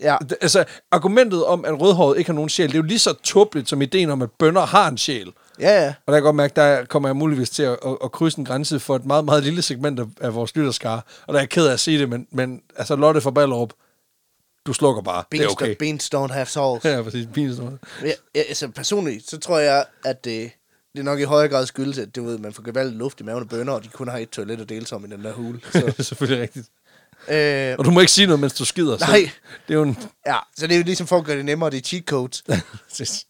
S2: Ja.
S1: Det- Altså, argumentet om, at rødhåret ikke har nogen sjæl, det er jo lige så tåbeligt som ideen om, at bønder har en sjæl.
S2: Ja, ja.
S1: Og der kan jeg godt mærke, der kommer jeg muligvis til at, at, at krydse en grænse for et meget, meget lille segment af, af vores lytterskare. Og der er jeg ked af at sige det, men, men altså Lotte fra Ballerup, du slukker bare. Det er
S2: Beans,
S1: okay.
S2: okay. beans don't have souls.
S1: Ja, præcis. Beans. don't-
S2: Ja, ja, altså personligt, så tror jeg, at det, det er nok i højere grad skyldes, at du ved, man får gevaldigt luft i maven af bønder, og de kun har et toilet at dele sig om i den der hule. Så,
S1: Det er selvfølgelig rigtigt.
S2: øh,
S1: Og du må ikke sige noget, mens du skider. Så
S2: Nej.
S1: Det er jo en...
S2: Ja, så det er jo ligesom for at gøre det nemmere, det er cheat codes.
S1: Præcis.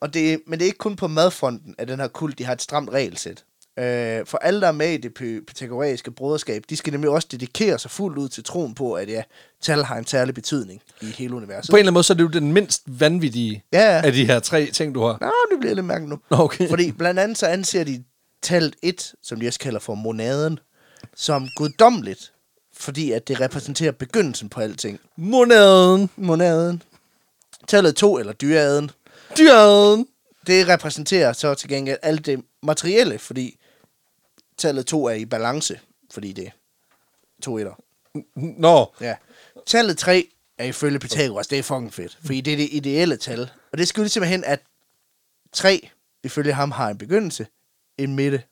S2: Og det, men det er ikke kun på madfronten, at den her kult, de har et stramt regelsæt. Øh, for alle, der er med i det py- pythagoræiske broderskab, de skal nemlig også dedikere sig fuldt ud til troen på, at ja, tal har en særlig betydning i hele universet.
S1: På en eller anden måde, så er det jo den mindst vanvittige
S2: Ja, ja.
S1: af de her tre ting, du har.
S2: Nå, det bliver lidt mærkeligt nu.
S1: Nå, okay.
S2: Fordi blandt andet så anser de tallet 1, som de også kalder for monaden, som guddommeligt, fordi at det repræsenterer begyndelsen på alting.
S1: Monaden,
S2: Monaden. Tallet 2, eller dyraden,
S1: dyren,
S2: det repræsenterer så til gengæld alt det materielle, fordi tallet 2 er i balance, fordi det er to etter.
S1: Nå,
S2: Ja. Tallet 3 er ifølge Pythagoras, det er fucking fedt, fordi det er det ideelle tal. Og det skyldes simpelthen, at 3 ifølge ham har en begyndelse, en midte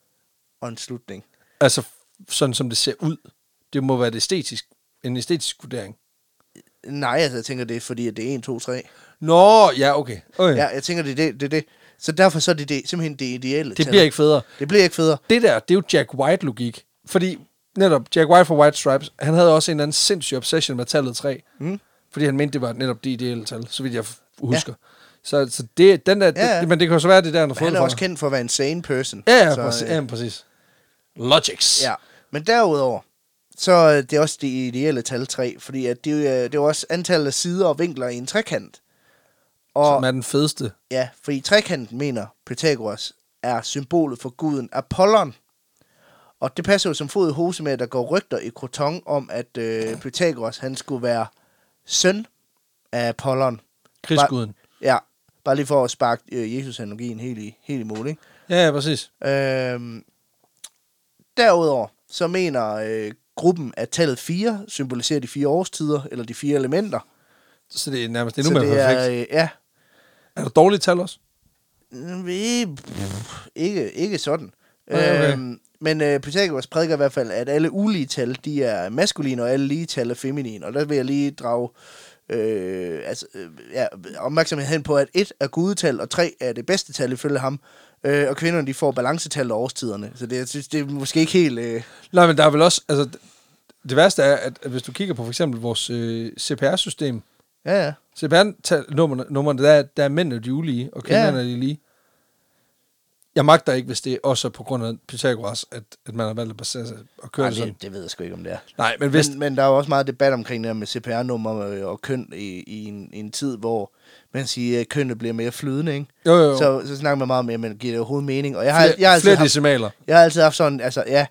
S2: og en slutning.
S1: altså sådan som det ser ud, det må være et æstetisk, en æstetisk vurdering.
S2: Nej, altså, jeg tænker, det er fordi, at det er 1, 2, 3.
S1: Nå, ja, okay. okay.
S2: Ja, jeg tænker, det er det. det, er det. Så derfor så er det, det simpelthen det ideelle
S1: Det
S2: tal.
S1: bliver ikke federe.
S2: det bliver ikke federe.
S1: det der, det er jo Jack White-logik. Fordi netop Jack White fra White Stripes, han havde også en eller anden sindssyg obsession med tallet 3. Mm. Fordi han mente, det var netop det ideelle tal, så vidt jeg f- husker. Ja. Så, så det, den der,
S2: Ja,
S1: ja,
S2: ja.
S1: ja. Det, men det kan jo så være, det er der, han har
S2: Men
S1: fået
S2: han er
S1: det fra.
S2: også kendt for at være en sane person.
S1: Ja, ja,
S2: Så,
S1: præcis,
S2: øh,
S1: ja, præcis. Logics.
S2: Ja, men derudover, så er det også det ideelle tal 3, fordi at det, er jo- det er jo også antallet af sider og vinkler i en trekant. Og
S1: Som er den fedeste.
S2: ja, fordi trekanten, mener Pythagoras, er symbolet for guden Apollon. Og det passer jo som fod i hose med, at der går rygter i Croton om, at øh, Pythagoras han skulle være søn af Apollon.
S1: Krigsguden.
S2: Ja, bare lige for at sparke øh, Jesus-analogien helt i, helt i mål, ikke?
S1: Ja, ja, præcis.
S2: Øhm, derudover, så mener øh, gruppen, at tallet 4 symboliserer de fire årstider, eller de fire elementer.
S1: Så det er nærmest endnu
S2: så
S1: mere
S2: det
S1: perfekt.
S2: er, øh, ja,
S1: Er der dårlige tal også?
S2: Mm, eh, pff, ikke, ikke sådan.
S1: Nej, okay.
S2: Øhm, men øh, Pythagoras prædiker i hvert fald, at alle ulige tal, de er maskuline, og alle lige tal er feminine. Og der vil jeg lige drage øh, altså, øh, ja, opmærksomhed hen på, at et er gudetal, og tre er det bedste tal ifølge ham. Øh, og kvinderne, de får balancetal og årstiderne. Så det, jeg synes, det er måske ikke helt... Øh,
S1: Nej, men der er vel også... Altså, det værste er, at, at hvis du kigger på for eksempel vores øh, CPR-system,
S2: ja, ja.
S1: CPR-nummerne, der, er- der er mændene de ulige, og kvinderne
S2: Ja.
S1: er de lige. Jeg magter ikke, hvis det er også er på grund af Pythagoras, at, at man har valgt at basere sig og køre
S2: Ej,
S1: det sådan.
S2: det, det ved jeg sgu ikke, om det er.
S1: Nej, men hvis...
S2: Men, men der er jo også meget debat omkring det her med CPR-nummer øh, og køn i, i, en, i en tid, hvor man siger, at kønnet bliver mere flydende, ikke?
S1: Jo, jo, jo. Så,
S2: så, så snakker man meget mere, men giver det overhovedet mening. Og jeg har,
S1: jeg,
S2: jeg har, altid,
S1: flere
S2: haft,
S1: decimaler.
S2: jeg har altid haft sådan, altså ja,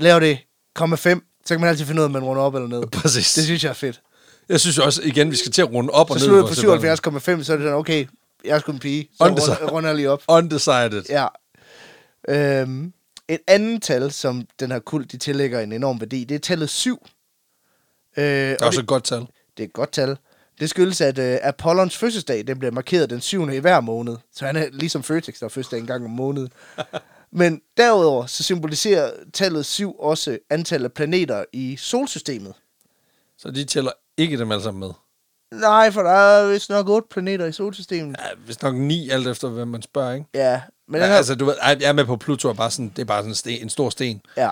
S2: lav det, komma 5, så kan man altid finde ud af, om man runder op eller ned.
S1: Præcis.
S2: Det synes jeg er fedt.
S1: Jeg synes også, igen, vi skal til at runde op og
S2: Så
S1: ned.
S2: slutter
S1: vores
S2: på
S1: CPR.
S2: 77,5, så er det sådan, okay, jeg er sgu en pige, så
S1: On the side.
S2: runder, runder jeg lige op.
S1: Undecided.
S2: Ja. Øhm, et andet tal, som den her kult, de tillægger en enorm værdi, det er tallet 7. Øh,
S1: Det er også et godt tal.
S2: Det er et godt tal. Det skyldes, at øh, Apollons fødselsdag den bliver markeret den 7. i hver måned. Så han er ligesom Føtex, der har fødselsdag en gang om måneden. Men derudover så symboliserer tallet 7 også antallet af planeter i solsystemet.
S1: Så de tæller ikke dem alle sammen med.
S2: Nej, for der er vist nok 8 planeter i solsystemet.
S1: Ja, hvis nok ni, alt efter hvem man spørger, ikke?
S2: Ja, men,
S1: Men ja,
S2: den her,
S1: altså, du ved, ej, jeg er med på, at Pluto er bare sådan, det er bare sådan en, sten, en stor sten.
S2: ja.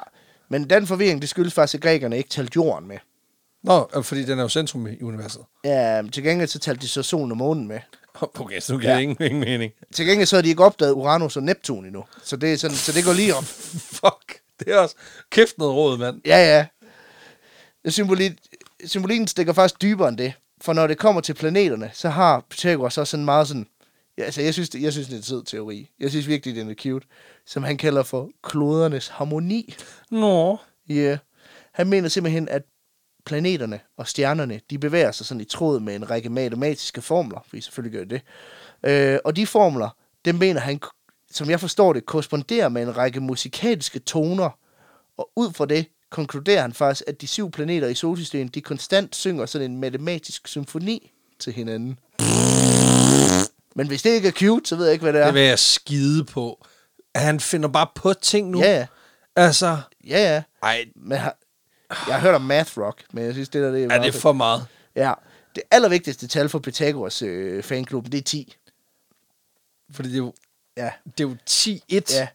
S2: men den forvirring, det skyldes faktisk, at grækerne ikke talte jorden med.
S1: Nå, øh, fordi den er jo centrum i universet.
S2: Ja, men til gengæld så talte de så solen og månen med.
S1: Okay, så nu giver
S2: Ja.
S1: ja. ingen, ingen mening.
S2: Til gengæld så har de ikke opdaget Uranus og Neptun endnu. Så det, er sådan, så det går lige op.
S1: Fuck, det er også kæft noget råd, mand.
S2: Ja, ja. Symboli- symbolikken stikker faktisk dybere end det. For når det kommer til planeterne, så har Pythagoras også sådan meget sådan... Ja, altså, jeg synes, det, jeg synes, det er en sød teori. Jeg synes virkelig, det er noget cute. Som han kalder for klodernes harmoni.
S1: Nå.
S2: Yeah. Han mener simpelthen, at planeterne og stjernerne, de bevæger sig sådan i tråd med en række matematiske formler, fordi selvfølgelig gør de det. Øh, og de formler, dem mener han, som jeg forstår det, korresponderer med en række musikalske toner, og ud fra det konkluderer han faktisk, at de syv planeter i solsystemet, de konstant synger sådan en matematisk symfoni til hinanden. Men hvis det ikke er cute, så ved jeg ikke, hvad det er.
S1: Det vil jeg skide på. Han finder bare på ting nu.
S2: Ja, ja.
S1: Altså,
S2: Ja, ja.
S1: ej,
S2: Men jeg, jeg har hørt om math rock, men jeg synes, det der det er,
S1: er
S2: meget
S1: det
S2: fedt.
S1: for meget?
S2: Ja, det allervigtigste tal for Pythagoras øh, fanklubben, det er 10.
S1: Fordi det er jo,
S2: Ja,
S1: det er jo 10-1.
S2: ja.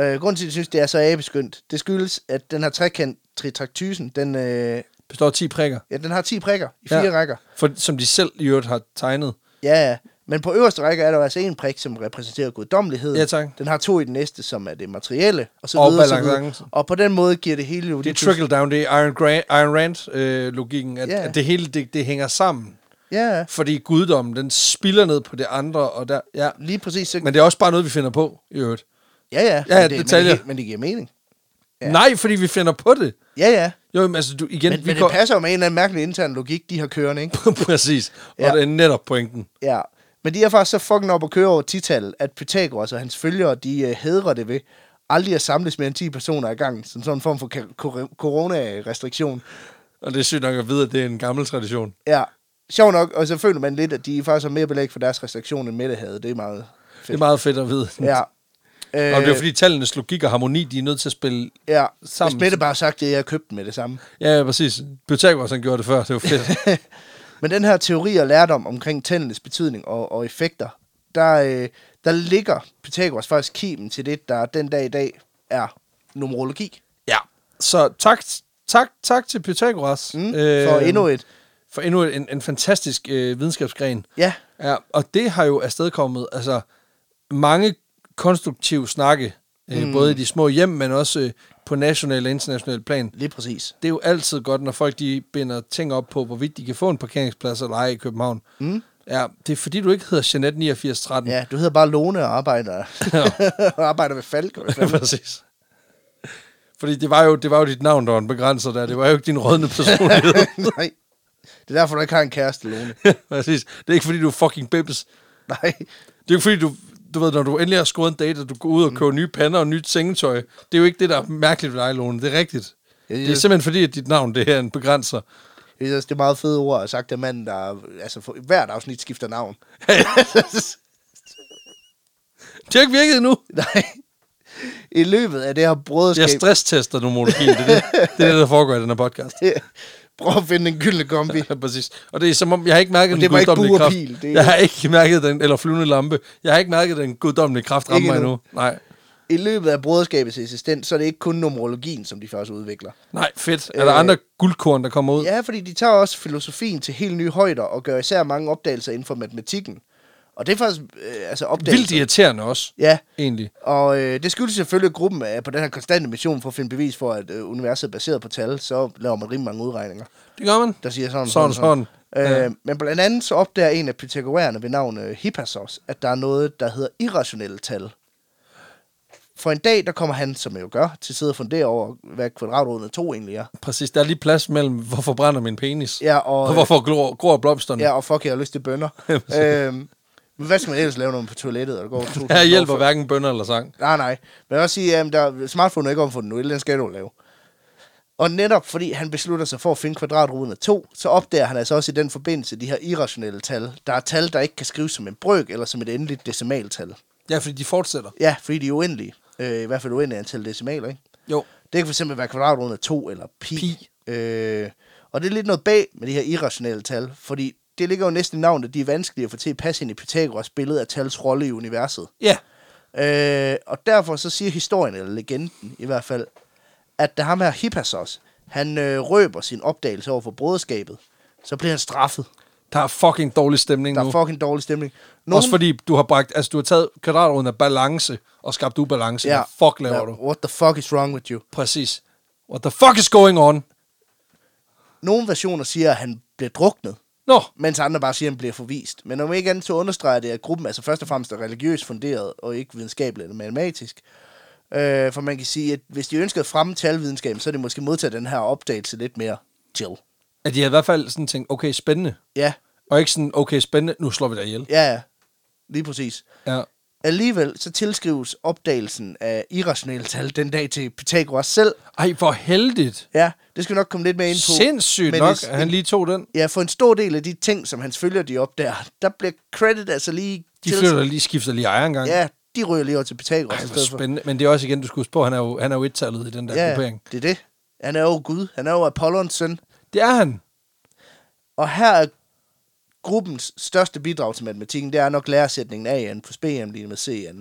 S2: Øh, grunden til, at jeg synes, det er så abeskyndt, det skyldes, at den her trekant tritraktysen, den, øh,
S1: Består af 10 prikker.
S2: ja, den har 10 prikker i fire
S1: Ja.
S2: rækker.
S1: For, som de selv i øvrigt har tegnet.
S2: Ja, ja. Men på øverste række er der jo altså en prik, som repræsenterer guddommelighed.
S1: Ja, tak.
S2: Den har to i den næste, som er det materielle. Og, så
S1: Og
S2: videre, så videre.
S1: balancen.
S2: og på den måde giver det hele jo...
S1: Det
S2: lige
S1: er
S2: pludselig-
S1: trickle down, det er Iron, Grant, Iron Rand-logikken, at,
S2: Ja.
S1: yeah. at det hele det, det hænger sammen.
S2: Ja, ja.
S1: Fordi guddommen, den spiller ned på det andre, og der, ja.
S2: Lige præcis. Så...
S1: Men det er også bare noget, vi finder på, i øvrigt.
S2: ja, ja.
S1: Ja,
S2: men det, men,
S1: detaljer.
S2: det, men det giver mening. Ja.
S1: Ja. Nej, fordi vi finder på det.
S2: Ja, ja.
S1: Jo, men altså, du, igen,
S2: Men,
S1: vi
S2: men det passer jo med en eller anden mærkelig intern logik, de har kørende, ikke?
S1: Præcis. Og
S2: Ja.
S1: ja. det er netop pointen.
S2: Ja, men de er faktisk så fucking op og køre over titallet, at Pythagoras og hans følgere, de uh, hedrer det ved aldrig at samles mere end 10 personer ad gangen, som sådan en form for ka- kor- corona-restriktion.
S1: Og det er sygt nok at vide, at det er en gammel tradition.
S2: Ja, sjov nok, og så føler man lidt, at de faktisk har mere belæg for deres restriktion, end Mette havde. Det er meget fedt.
S1: Det er meget fedt at vide.
S2: Ja. Øh,
S1: Mm. Og det er jo fordi tallenes logik og harmoni, de er nødt til at spille...
S2: ja. Hvis
S1: sammen.
S2: Mette bare havde sagt det, jeg købte den med det samme.
S1: Ja, ja præcis. Pythagoras, han gjorde det før. Det var fedt.
S2: Men den her teori og lærdom omkring tændernes betydning og, og effekter, der, øh, der ligger Pythagoras faktisk kimen til det, der den dag i dag er numerologi.
S1: ja. Så tak, tak, tak til Pythagoras.
S2: Mm, øh, for endnu et.
S1: For endnu en, en fantastisk øh, videnskabsgren.
S2: Ja,
S1: Ja, og det har jo afstedkommet altså,
S2: Mm.
S1: mange konstruktive snakke, øh, både i de små hjem, men også øh, på national og international plan.
S2: Lige præcis.
S1: Det er jo altid godt, når folk de binder ting op på, hvorvidt de kan få en parkeringsplads eller ej i København.
S2: Mm.
S1: Ja, det er fordi, du ikke hedder Jeanette 8913.
S2: Ja, du hedder bare Lone og arbejder,
S1: Ja.
S2: og arbejder med Falk. og hvad fanden.
S1: Præcis. Fordi det var, jo, det var jo dit navn, der var en begrænser der. Det var jo ikke din rådende personlighed.
S2: Nej. Det er derfor, du ikke har en kæreste, Lone.
S1: Præcis. Det er ikke fordi, du er fucking bims.
S2: Nej.
S1: Det er ikke fordi, du, du ved, når du endelig har scoret en date, og du går
S2: Mm.
S1: ud og køber nye pander og nyt sengetøj. Det er jo ikke det, der er mærkeligt ved dig, Lone. Det er rigtigt.
S2: Jeg,
S1: Det er simpelthen fordi, at dit navn det er en begrænser.
S2: Jeg synes, det er meget fede ord, og sagt af manden, der altså, for, hvert afsnit skifter navn.
S1: Det har ikke virket endnu.
S2: Nej. I løbet af det her
S1: Jeg
S2: brødskab,
S1: stresstester nu monologien. Det er det, det, er det der foregår i den her podcast.
S2: prøv at finde en gyldne kombi.
S1: Ja, præcis. Og det er som om, jeg har ikke mærket
S2: Og
S1: den
S2: det var ikke
S1: guddommelige
S2: bur og
S1: kraft.
S2: pil, det er-
S1: Jeg har ikke mærket den, eller flyvende lampe. Jeg har ikke mærket den guddommelige kraft ramme
S2: Ikke
S1: mig
S2: endnu.
S1: endnu. Nej.
S2: I løbet af brødskabets eksistens, så er det ikke kun numerologien, som de først udvikler.
S1: Nej, fedt. Er der
S2: Øh,
S1: andre guldkorn, der kommer ud?
S2: Ja, fordi de tager også filosofien til helt nye højder, og gør især mange opdagelser inden for matematikken. Og det er faktisk øh, altså opdagelser.
S1: Vildt irriterende også,
S2: Ja,
S1: egentlig.
S2: og øh, det skyldes selvfølgelig gruppen af, på den her konstante mission for at finde bevis for, at øh, universet er baseret på tal, så laver man rimelig mange udregninger.
S1: Det gør man.
S2: der siger sådan.
S1: Sådan, sådan.
S2: sådan.
S1: Ja.
S2: Øh, men blandt andet så opdager en af pythagoræerne ved navn øh, Hippasos, at der er noget, der hedder irrationelle tal. For en dag, der kommer han, som jeg jo gør, til at sidde og fundere over, hvad kvadratrundet 2 egentlig er.
S1: Præcis. Der er lige plads mellem, hvorfor brænder min penis?
S2: Ja, og,
S1: Og hvorfor gror, gror blomsterne?
S2: ja, og fuck, jeg har lyst til bønder. øhm, men hvad skal man ellers lave, når man er på toilettet, og der går to
S1: Her hjælper hverken bønder eller sang.
S2: Nej, nej. Men jeg vil også sige, at der, smartphone er ikke omfundet nu, den skal du lave. Og netop fordi han beslutter sig for at finde kvadratruden af 2, så opdager han altså også i den forbindelse de her irrationelle tal. Der er tal, der ikke kan skrives som en brøk eller som et endeligt decimaltal.
S1: Ja, fordi de fortsætter.
S2: Ja, fordi de er uendelige. Øh, I hvert fald uendelige antal decimaler, ikke?
S1: Jo.
S2: Det kan fx være kvadratruden af 2 eller pi.
S1: Pi.
S2: Øh, og det er lidt noget bag med de her irrationelle tal, fordi det ligger jo næsten i navnet, de er vanskelige at få til at passe ind i Pythagoras billede af tals rolle i universet.
S1: Ja.
S2: Øh, og derfor så siger historien, eller legenden i hvert fald, at da ham her Hippasos, han øh, røber sin opdagelse over for broderskabet, så bliver han straffet.
S1: Der er fucking dårlig stemning
S2: Der
S1: nu.
S2: er fucking dårlig stemning.
S1: Nogen... Også fordi du har bragt, altså du har taget kvadratruden af balance og skabt ubalance. Ja. Hvad fuck laver
S2: ja,
S1: du?
S2: What the fuck is wrong with you?
S1: Præcis. What the fuck is going on?
S2: Nogle versioner siger, at han blev druknet,
S1: Nå,
S2: mens andre bare siger, at han bliver forvist. Men om ikke andet, så understreger det, at gruppen altså først og fremmest er religiøst funderet, og ikke videnskabeligt eller matematisk. Øh, for man kan sige, at hvis de ønskede at fremme talvidenskaben, så er det måske modtaget den her opdagelse lidt mere chill.
S1: at de har i hvert fald sådan tænkt, okay, spændende.
S2: Ja,
S1: Og ikke sådan, okay, spændende, nu slår vi dig ihjel.
S2: Ja, ja. Lige præcis.
S1: Ja.
S2: Alligevel så tilskrives opdagelsen af irrationelle tal den dag til Pythagoras selv.
S1: Ej, hvor heldigt.
S2: Ja, det skal vi nok komme lidt mere ind på.
S1: Sindssygt
S2: Men
S1: nok,
S2: det-
S1: at han lige tog den.
S2: Ja, for en stor del af de ting, som hans følger de opdager, der bliver credit altså lige...
S1: De flytter lige, skifter lige ejer engang.
S2: Ja, de ryger lige over til Pythagoras
S1: Ej,
S2: i
S1: hvor
S2: stedet for.
S1: spændende. Men det er også igen, du skulle huske på, han er jo, han er jo et-tallet i den der ja.
S2: Ja,
S1: gruppering.
S2: det er det. Han er jo Gud. Han er jo Apollons søn.
S1: Det er han.
S2: Og her er gruppens største bidrag til matematikken, det er nok læresætningen A på BM lige med CN.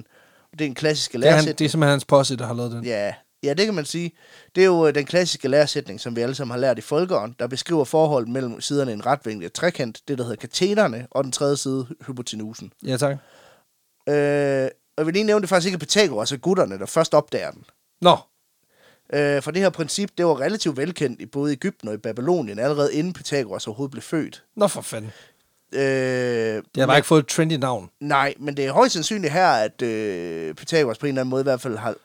S2: Det er en klassiske
S1: Det er, han,
S2: læresætning.
S1: det er simpelthen hans posse, der har lavet den.
S2: Ja, ja, det kan man sige. Det er jo øh, den klassiske læresætning, som vi alle sammen har lært i folkeånd, der beskriver forholdet mellem siderne i en retvinklet trekant, det der hedder kateterne, og den tredje side, hypotenusen.
S1: Ja, tak.
S2: Øh, og jeg vil lige nævne, det faktisk ikke er Pythagoras og gutterne, der først opdager den.
S1: Nå,
S2: Øh, for det her princip, det var relativt velkendt i både Ægypten og i Babylonien, allerede inden Pythagoras overhovedet blev født.
S1: nå for fanden.
S2: Øh,
S1: Det har bare ikke fået et trendy navn.
S2: Nej, men det er højst sandsynligt her, at øh, Pythagoras på en eller anden måde i hvert fald har,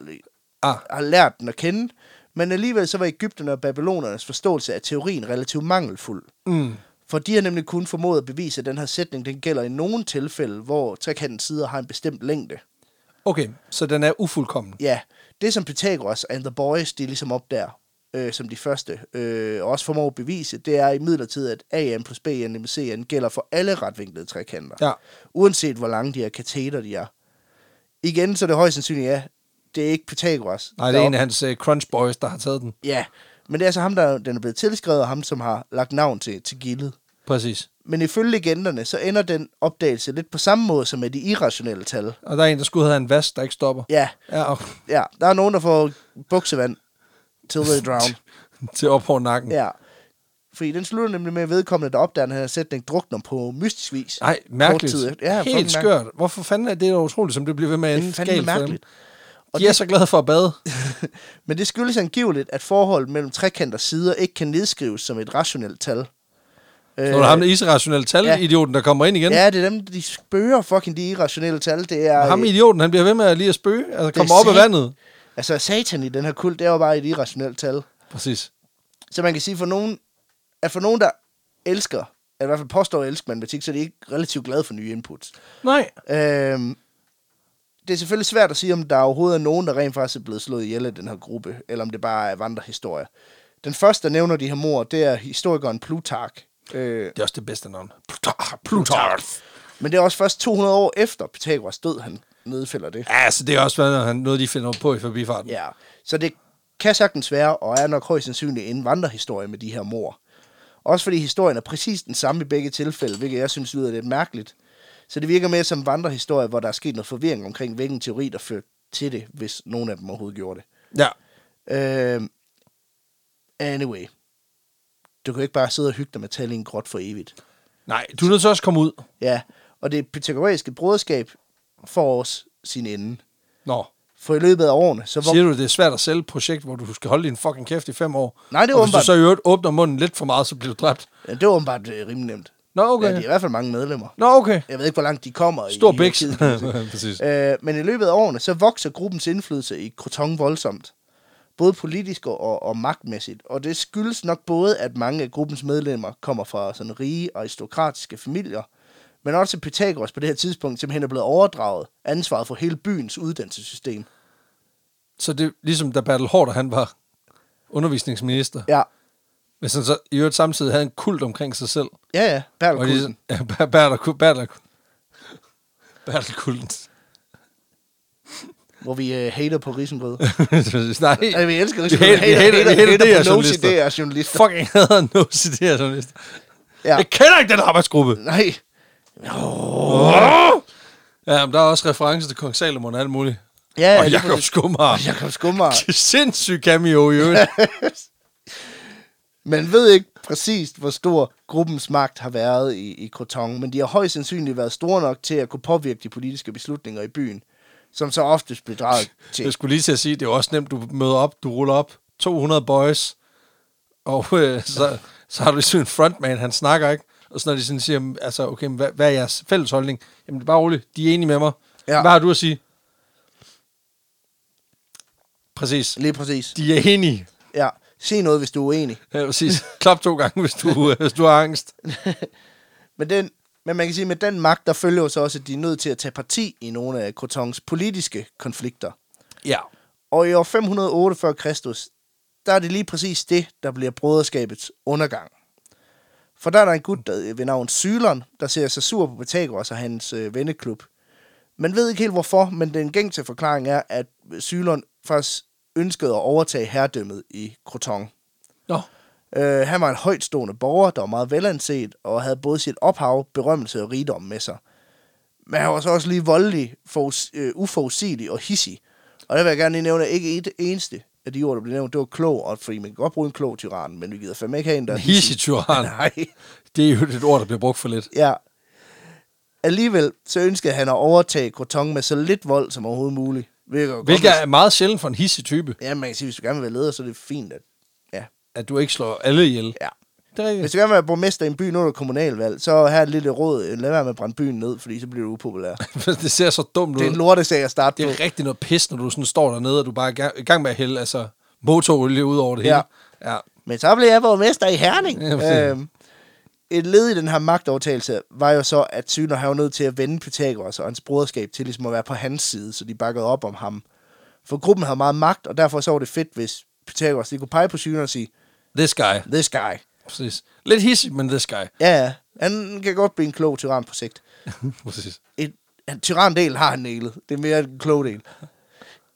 S1: Ah.
S2: har lært den at kende. Men alligevel så var Ægypterne og Babylonernes forståelse af teorien relativt mangelfuld.
S1: Mm.
S2: For de har nemlig kun formået at bevise, at den her sætning den gælder i nogle tilfælde, hvor trekantens sider har en bestemt længde.
S1: Okay, så den er ufuldkommen.
S2: Ja, det som Pythagoras and the boys, de ligesom opdager, øh, som de første, øh, og også formår at bevise, det er imidlertid, at AM plus BN plus CN gælder for alle retvinklede trekanter.
S1: Ja.
S2: Uanset hvor lange de her kateter de er. Igen, så er det højst sandsynligt, ja, det er ikke Pythagoras.
S1: Nej, det
S2: der
S1: er en af hans uh, crunch boys, der har taget den.
S2: Ja, men det er altså ham, der den er blevet tilskrevet, og ham, som har lagt navn til, til gildet.
S1: Præcis.
S2: Men ifølge legenderne, så ender den opdagelse lidt på samme måde som med de irrationelle tal.
S1: Og der er en, der skulle have en vask, der ikke stopper.
S2: Ja,
S1: Ja, og
S2: ja, der er nogen, der får buksevand til they drown.
S1: til op over nakken.
S2: Ja. Fordi den slutter nemlig med at vedkommende, der opdager den her sætning, drukner på mystisk vis.
S1: Nej, mærkeligt.
S2: Kort tid efter. Ja, fucking
S1: Helt
S2: mærkeligt.
S1: skørt. Hvorfor fanden er det utroligt, som det bliver ved med at
S2: Det er
S1: ende
S2: fandme
S1: galt for dem?
S2: mærkeligt.
S1: Og de det... er så glade for at bade.
S2: Men det skyldes angiveligt, at forholdet mellem trekanters sider ikke kan nedskrives som et rationelt tal.
S1: Så er der ham, der isrationelle
S2: ja.
S1: tal-idioten, der kommer ind igen.
S2: Øh, Ja, det er dem, de spørger fucking de irrationelle tal. Det er,
S1: Og ham
S2: øh,
S1: idioten, han bliver ved med at lige at spøge. Altså,
S2: er
S1: kommer op af
S2: sat-
S1: vandet.
S2: altså satan i den her kult, det er jo bare et irrationelt tal.
S1: Præcis.
S2: Så man kan sige, for nogen, at for nogen, der elsker, eller i hvert fald påstår at elske matematik, så er de ikke relativt glade for nye inputs.
S1: Nej.
S2: Øhm, det er selvfølgelig svært at sige, om der overhovedet er nogen, der rent faktisk er blevet slået ihjel af den her gruppe, eller om det bare er vandrehistorier. Den første, der nævner de her mor, det er historikeren Plutark. Øh,
S1: Det er også det bedste navn. Plutarch. Plutarch.
S2: men det er også først 200 år efter Pythagoras død, han nedfælder det.
S1: Ja, altså, det er også hvad, han- noget, de finder på i forbifarten.
S2: Ja, så det kan sagtens være, og er nok højst sandsynligt en vandrehistorie med de her mor. Også fordi historien er præcis den samme i begge tilfælde, hvilket jeg synes lyder lidt mærkeligt. Så det virker mere som vandrehistorie, hvor der er sket noget forvirring omkring, hvilken teori, der førte til det, hvis nogen af dem overhovedet gjorde det.
S1: ja.
S2: Uh, anyway. Du kan jo ikke bare sidde og hygge dig med tal i en grot for evigt.
S1: Nej, du er nødt til også at komme ud.
S2: Ja, og det pythagoræiske broderskab får også sin ende.
S1: Nå,
S2: For i løbet af årene, så
S1: siger du, det er svært at sælge et projekt, hvor du skal holde din fucking kæft i fem år?
S2: Nej, det er
S1: Og hvis du
S2: åbenbart-
S1: så i øvrigt åbner munden lidt for meget, så bliver du dræbt.
S2: Ja, det var åbenbart øh, rimelig nemt.
S1: Nå,
S2: Okay.
S1: okay.
S2: Ja, de er i hvert fald mange medlemmer.
S1: Nå, okay.
S2: Jeg ved ikke, hvor langt de kommer. i
S1: Stor bæks.
S2: hierarkiet.
S1: Præcis.
S2: øh, men i løbet af årene, så vokser gruppens indflydelse i Croton voldsomt. Både politisk og- og, og magtmæssigt. Og det skyldes nok både, at mange af gruppens medlemmer kommer fra sådan rige aristokratiske familier, men også at Pythagoras på det her tidspunkt simpelthen er blevet overdraget ansvaret for hele byens uddannelsessystem.
S1: Så det er ligesom, da Bertel Hårder, han var undervisningsminister.
S2: Ja,
S1: Hvis han så i øvrigt samtidig havde en kult omkring sig selv.
S2: ja, ja. Bertel
S1: Og de,
S2: Knudsen.
S1: sådan- ja, Ber- Bertel Bertel Bertel Kulten.
S2: hvor vi øh, hater på risengrød.
S1: Nej,
S2: Nej, vi elsker
S1: vi hater,
S2: risengrød.
S1: vi hater, vi hater, det er
S2: på nosy,
S1: journalister.
S2: det er journalister.
S1: Fucking hader no det er journalister.
S2: Ja.
S1: Jeg kender ikke den arbejdsgruppe.
S2: Nej,
S1: Ja, men der er også referencer til Kong Salomon og alt muligt.
S2: Ja,
S1: Ja,
S2: ja,
S1: og
S2: lige
S1: Jakob
S2: præcis.
S1: Skummer.
S2: Jakob Skummer.
S1: Sindssyg cameo i øvrigt.
S2: Man ved ikke præcist, hvor stor gruppens magt har været i, i Croton, men de har højst sandsynligt været store nok til at kunne påvirke de politiske beslutninger i byen, som så oftest blev drejet
S1: Jeg
S2: til.
S1: skulle lige til at sige, det er jo også nemt, du møder op, du ruller op, 200 boys, og øh, så, så har du sådan en frontman, han snakker ikke, og så når de sådan siger, "Men, altså okay, men hvad, hvad er jeres fælles holdning? Jamen det er bare roligt, de er enige med mig. Ja.
S2: Ja.
S1: Hvad har du at sige? Præcis.
S2: Lige præcis.
S1: De er enige.
S2: Ja. Se noget, hvis du er uenig.
S1: Ja, præcis. Klap to gange, hvis du, øh, hvis du har angst.
S2: Men, den, men man kan sige, at med den magt, der følger jo så også, at de er nødt til at tage parti i nogle af Crotons politiske konflikter.
S1: Ja.
S2: Og i år 508 før Kristus, der er det lige præcis det, der bliver broderskabets undergang. For der er der en gut der, ved navn Sylon, der ser sig sur på Pythagoras og hans øh, venneklub. Man ved ikke helt hvorfor, men den gængse forklaring er, at øh, Sylon faktisk ønskede at overtage herredømmet i Croton.
S1: Nå.
S2: Øh, han var en højtstående borger, der var meget velanset, og havde både sit ophav, berømmelse og rigdom med sig. Men han var så også lige voldelig, for, øh, uforudsigelig og hissig. Og der vil jeg gerne lige nævne, at ikke et eneste af de ord, der blev nævnt, det var klog, og fordi man kan godt bruge en klog tyran, men vi gider fandme ikke have en, der er hissig.
S1: Hisityran.
S2: Nej.
S1: Det er jo et ord, der bliver brugt for lidt.
S2: Ja. Alligevel så ønskede han at overtage Croton med så lidt vold som overhovedet muligt. Hvilket, er godt,
S1: Hvilket
S2: hvis-
S1: er meget sjældent for en hissig type,
S2: Ja, man kan sige, hvis du gerne vil være leder, så er det fint, at... Ja,
S1: at du ikke slår alle ihjel.
S2: ja.
S1: Det er rigtigt.
S2: Hvis du gerne vil være borgmester i en by nu under kommunalvalg, så her et lille råd. øh, Lad være med at brænde byen ned, fordi så bliver du upopulær.
S1: det ser så dumt ud.
S2: Det er en lortesag at starte
S1: Det
S2: på.
S1: er rigtig noget pis, når du sådan står dernede, og du bare er i gang- i gang med at hælde altså, motorolie ud over det hele.
S2: Ja.
S1: ja.
S2: Men så blev jeg borgmester i Herning.
S1: Ja, præcis.
S2: øhm, et led i den her magtovertagelse var jo så, at Syner havde nødt til at vende Pythagoras og hans broderskab til ligesom at være på hans side, så de bakkede op om ham. For gruppen havde meget magt, og derfor så var det fedt, hvis Pythagoras lige kunne pege på Syner og sige,
S1: This guy.
S2: this guy.
S1: Præcis. Lidt hissig, men this guy.
S2: Ja, ja, han kan godt blive en klog tyran på sigt.
S1: Præcis.
S2: et, en tyrandel har han nælet. Det er mere en klog del.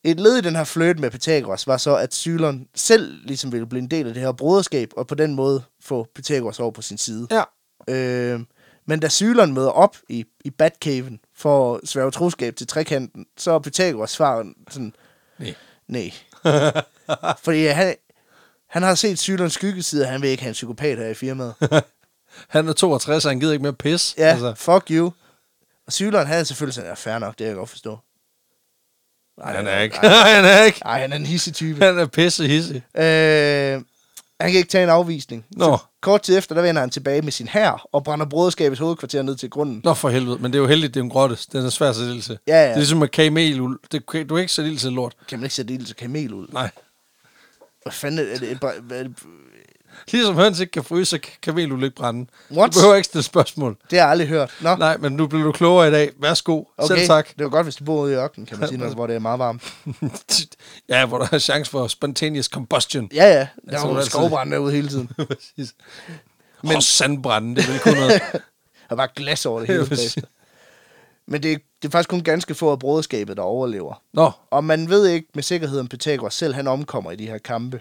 S2: Et led i den her fløjt med Pythagoras var så, at Sylon selv ligesom ville blive en del af det her broderskab, og på den måde få Pythagoras over på sin side.
S1: Ja.
S2: Øh, men da Sylon møder op i, i Batcaven for at sværge troskab til trekanten, så er Pythagoras svar sådan,
S1: Nej.
S2: nej. Fordi han, han har set Sylons skyggeside, og han vil ikke have en psykopat her i firmaet.
S1: Han er 62, og han gider ikke mere pis.
S2: Ja, altså. fuck you. Og Sylon, han er selvfølgelig sådan, ja, fair nok, det kan jeg godt forstå.
S1: Nej, han er ikke. han er ikke.
S2: Nej, han er en hissig type.
S1: Han er pisse hisse.
S2: øh, han kan ikke tage en afvisning.
S1: Nå.
S2: Så kort tid efter, der vender han tilbage med sin hær og brænder broderskabets hovedkvarter ned til grunden.
S1: Nå for helvede, men det er jo heldigt, det er en grotte. Den er svær at sætte ild til.
S2: Ja, ja.
S1: Det er ligesom med kamelul. Det, kan- du kan ikke sætte ild til lort.
S2: Kan man ikke sætte ild til kamel ud?
S1: Nej.
S2: Hvad fanden er det? Er det, er det
S1: Ligesom høns ikke kan fryse, så kan kamelul ikke brænde.
S2: What?
S1: Du behøver ikke stille spørgsmål.
S2: det har jeg aldrig hørt. Nå,
S1: Nej, men nu blev du klogere i dag. Værsgo. Okay. Selv tak.
S2: Det var godt, hvis du boede ude i ørkenen, kan man sige, når, hvor det er meget varmt.
S1: ja, hvor der er chance for spontaneous combustion.
S2: Ja, ja. Der
S1: så
S2: var
S1: er
S2: jo
S1: det
S2: skovbrænde derude hele tiden.
S1: Præcis. Men og sandbrænde, det er vel kun noget.
S2: Der var glas over det
S1: Ja,
S2: hele
S1: præcis.
S2: plads. Men det er, det er faktisk kun ganske få af broderskabet, der overlever.
S1: Nå,
S2: Og man ved ikke med sikkerhed, om Pythagoras selv han omkommer i de her kampe.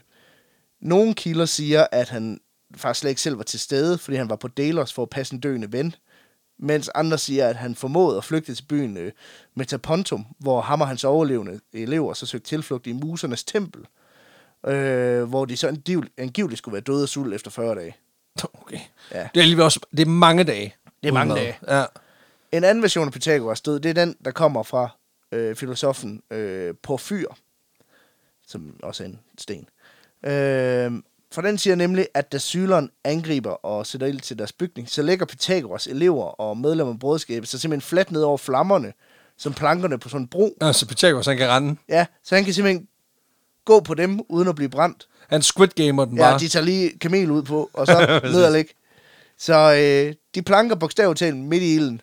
S2: Nogle kilder siger, at han faktisk slet ikke selv var til stede, fordi han var på Delos for at passe en døende ven. Mens andre siger, at han formåede at flygte til byen øh, Metapontum, hvor ham og hans overlevende elever så søgte tilflugt i musernes tempel. Øh, hvor de så angiv- angiveligt skulle være døde af sult efter 40 dage.
S1: okay.
S2: Ja.
S1: Det er alligevel også, det er mange dage.
S2: Det er mange
S1: Uden
S2: dage.
S1: mad. Ja.
S2: En anden version af Pythagoras død, det er den, der kommer fra øh, filosofen øh, Porfyr, som også er en sten. Øh, for den siger nemlig, at da Sylon angriber og sætter ild til deres bygning, så lægger Pythagoras elever og medlemmer af broderskabet sig simpelthen fladt ned over flammerne, som plankerne på sådan en bro.
S1: Nå, så Pythagoras, han kan rende.
S2: Ja, så han kan simpelthen gå på dem, uden at blive brændt.
S1: Han squid gamer den bare.
S2: Ja, de tager lige kamel ud på, og så ned og ligge. Så øh, de planker bogstaveligt talt midt i ilden.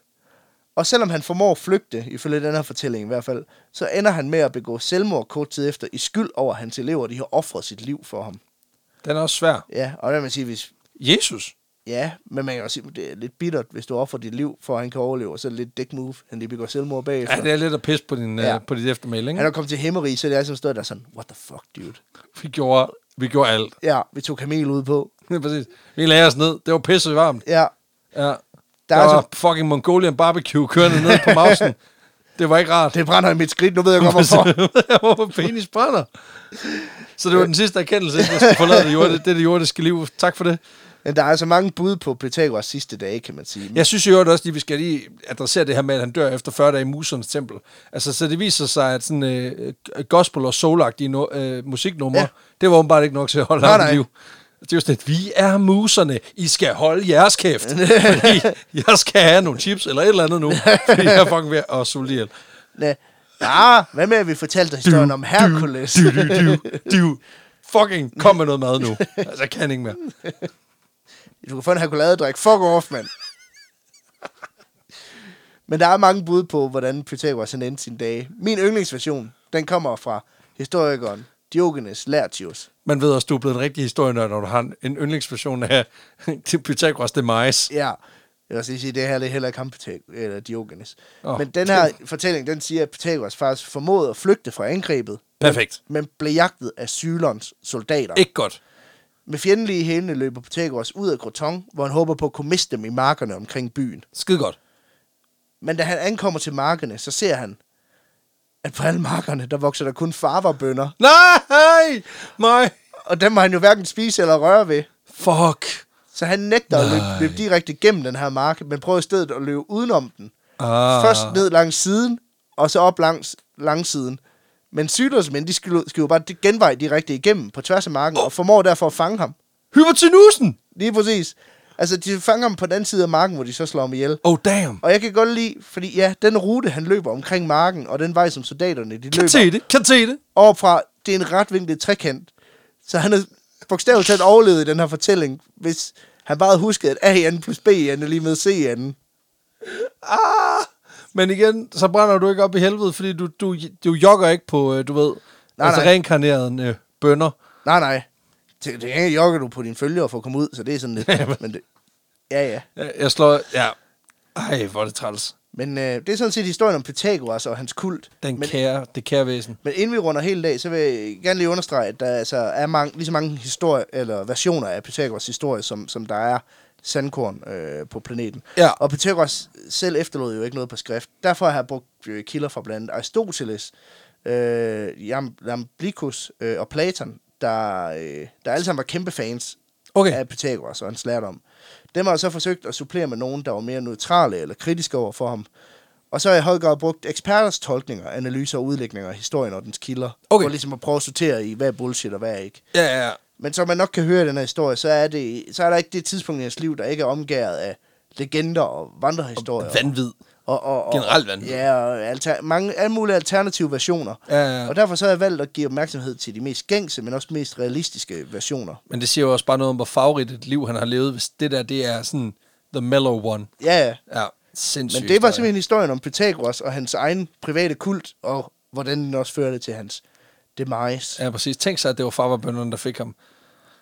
S2: Og selvom han formår at flygte, ifølge den her fortælling i hvert fald, så ender han med at begå selvmord kort tid efter, i skyld over, at hans elever de har offret sit liv for ham.
S1: Den er også svær.
S2: Ja, og der vil man sige, hvis...
S1: Jesus.
S2: Ja, men man kan også sige, det er lidt bittert, hvis du offrer dit liv, for at han kan overleve, og så er det lidt dick move, han lige begår selvmord bagefter.
S1: Ja, det er lidt at pisse på, din,
S2: Ja.
S1: ja. på dit eftermæl, ikke?
S2: Han er kommet til hemmeri, så det er altid stået der sådan, what the fuck, dude?
S1: Vi gjorde, vi gjorde alt.
S2: Ja, vi tog kamel ud på.
S1: Ja, præcis. Vi lagde os ned. Det var pisse varmt.
S2: Ja,
S1: Ja. Der,
S2: Der
S1: der
S2: er
S1: var
S2: altså-
S1: fucking Mongolian barbecue kørende ned på mausen. Det var ikke rart.
S2: det brænder i mit skridt, nu ved jeg godt, hvorfor.
S1: Hvorfor penis brænder? Så det var den sidste erkendelse, inden jeg skulle forlade det, jorde, det, det jordiske liv. Tak for det.
S2: Men der er altså mange bud på Pythagoras sidste dage, kan man sige.
S1: Jeg synes jo også lige, vi skal lige adressere det her med, at han dør efter 40 dage i Musernes tempel. Altså, så det viser sig, at sådan øh, gospel og soulagtige no, øh, musiknumre,
S2: Ja.
S1: ja. det var åbenbart ikke nok til at holde
S2: Nej,
S1: ham
S2: nej.
S1: i liv. Det er jo sådan, at vi er muserne. I skal holde jeres kæft. fordi jeg skal have nogle chips eller et eller andet nu. Fordi jeg er fucking ved at sulte ihjel.
S2: Ja. ja, øh, ah, hvad med, at vi fortalte dig historien om Hercules?
S1: Du, du, du, du. Fucking kom med noget mad nu. Altså, jeg kan ikke mere.
S2: Du kan få en herkuladedrik. Fuck off, mand. Men der er mange bud på, hvordan Pythagoras han endte sine dage. Min yndlingsversion, den kommer fra historikeren Diogenes Laertius.
S1: Man ved også, du er blevet en rigtig historienørd, når du har en- en yndlingsversion af Pythagoras Demise.
S2: Ja, jeg vil også lige sige, det her det er heller ikke ham, Pythag- eller Diogenes.
S1: Åh.
S2: Men den her fortælling, den siger, at Pythagoras faktisk formåede at flygte fra angrebet,
S1: Perfekt.
S2: men blev jagtet af Sylons soldater.
S1: Ikke godt.
S2: Med fjendtlige hælene løber Pythagoras ud af Groton, hvor han håber på at kunne miste dem i markerne omkring byen.
S1: Skide godt.
S2: Men da han ankommer til markerne, så ser han, at på alle markerne, der vokser der kun farverbønder.
S1: Nej! Nej!
S2: Og dem må han jo hverken spise eller røre ved.
S1: Fuck.
S2: Så han nægter at løbe,
S1: Nej.
S2: løbe direkte gennem den her mark, men prøver i stedet at løbe udenom den.
S1: Ah.
S2: Først ned langs siden, og så op langs langsiden. Men sygdomsmænd, de skiver skiver bare det genvej direkte igennem på tværs af marken, og formår derfor at fange ham.
S1: Hypertenusen!
S2: Lige præcis. Altså, de fanger ham på den anden side af marken, hvor de så slår ham ihjel.
S1: Oh, damn.
S2: Og jeg kan godt lide, fordi ja, den rute, han løber omkring marken, og den vej, som soldaterne de
S1: Kan
S2: løber
S1: se det. Kan se det.
S2: overfra, det er en retvinklet trekant. Så han er bogstaveligt talt overlevet i den her fortælling, hvis han bare havde husket, at A i anden plus B i anden er lige med C i anden.
S1: Ah! Men igen, så brænder du ikke op i helvede, fordi du, du, du jogger ikke på, øh, du ved,
S2: Nej,
S1: nej, altså
S2: nej.
S1: reinkarnerede øh, bønder.
S2: Nej, nej. Det, det er jokker du på dine følgere for at komme ud, så det er sådan lidt... men det, ja, ja.
S1: Jeg jeg slår... Ja. Ej, hvor er det træls.
S2: Men øh, det er sådan set historien om Pythagoras og hans kult.
S1: Den
S2: men,
S1: kære, det kære væsen.
S2: men inden vi runder hele dag, så vil jeg gerne lige understrege, at der altså er mange, lige så mange historie, eller versioner af Pythagoras historie, som, som der er sandkorn øh, på planeten.
S1: Ja.
S2: Og Pythagoras selv efterlod jo ikke noget på skrift. Derfor har jeg brugt øh, kilder fra blandt andet Aristoteles, øh, Jam- Jamblichus øh, og Platon, der, øh, der alle sammen var kæmpe fans
S1: Okay.
S2: af Pythagoras og hans lærdom. Dem har jeg så forsøgt at supplere med nogen, der var mere neutrale eller kritiske over for ham. Og så har jeg i høj grad brugt eksperters tolkninger, analyser og udlægninger af historien og dens kilder.
S1: Okay.
S2: For ligesom at prøve at sortere i, hvad er bullshit og hvad er ikke.
S1: Ja, ja, ja.
S2: Men som man nok kan høre i den her historie, så er, det, så er der ikke det tidspunkt i hans liv, der ikke er omgæret af legender og vandrehistorier.
S1: Vanvid.
S2: og, og, og,
S1: generelt vanvid.
S2: Ja, og alter, mange, alle mulige alternative versioner.
S1: Ja, ja, ja.
S2: Og derfor så har jeg valgt at give opmærksomhed til de mest gængse, men også mest realistiske versioner.
S1: Men det siger jo også bare noget om, hvor farverigt et liv han har levet, hvis det der, det er sådan the mellow one.
S2: Ja, ja.
S1: Ja, sindssygt.
S2: Men det var simpelthen historien om Pythagoras og hans egen private kult, og hvordan den også førte til hans demise.
S1: Ja, præcis. Tænk sig, at det var farverbønderne, der fik ham.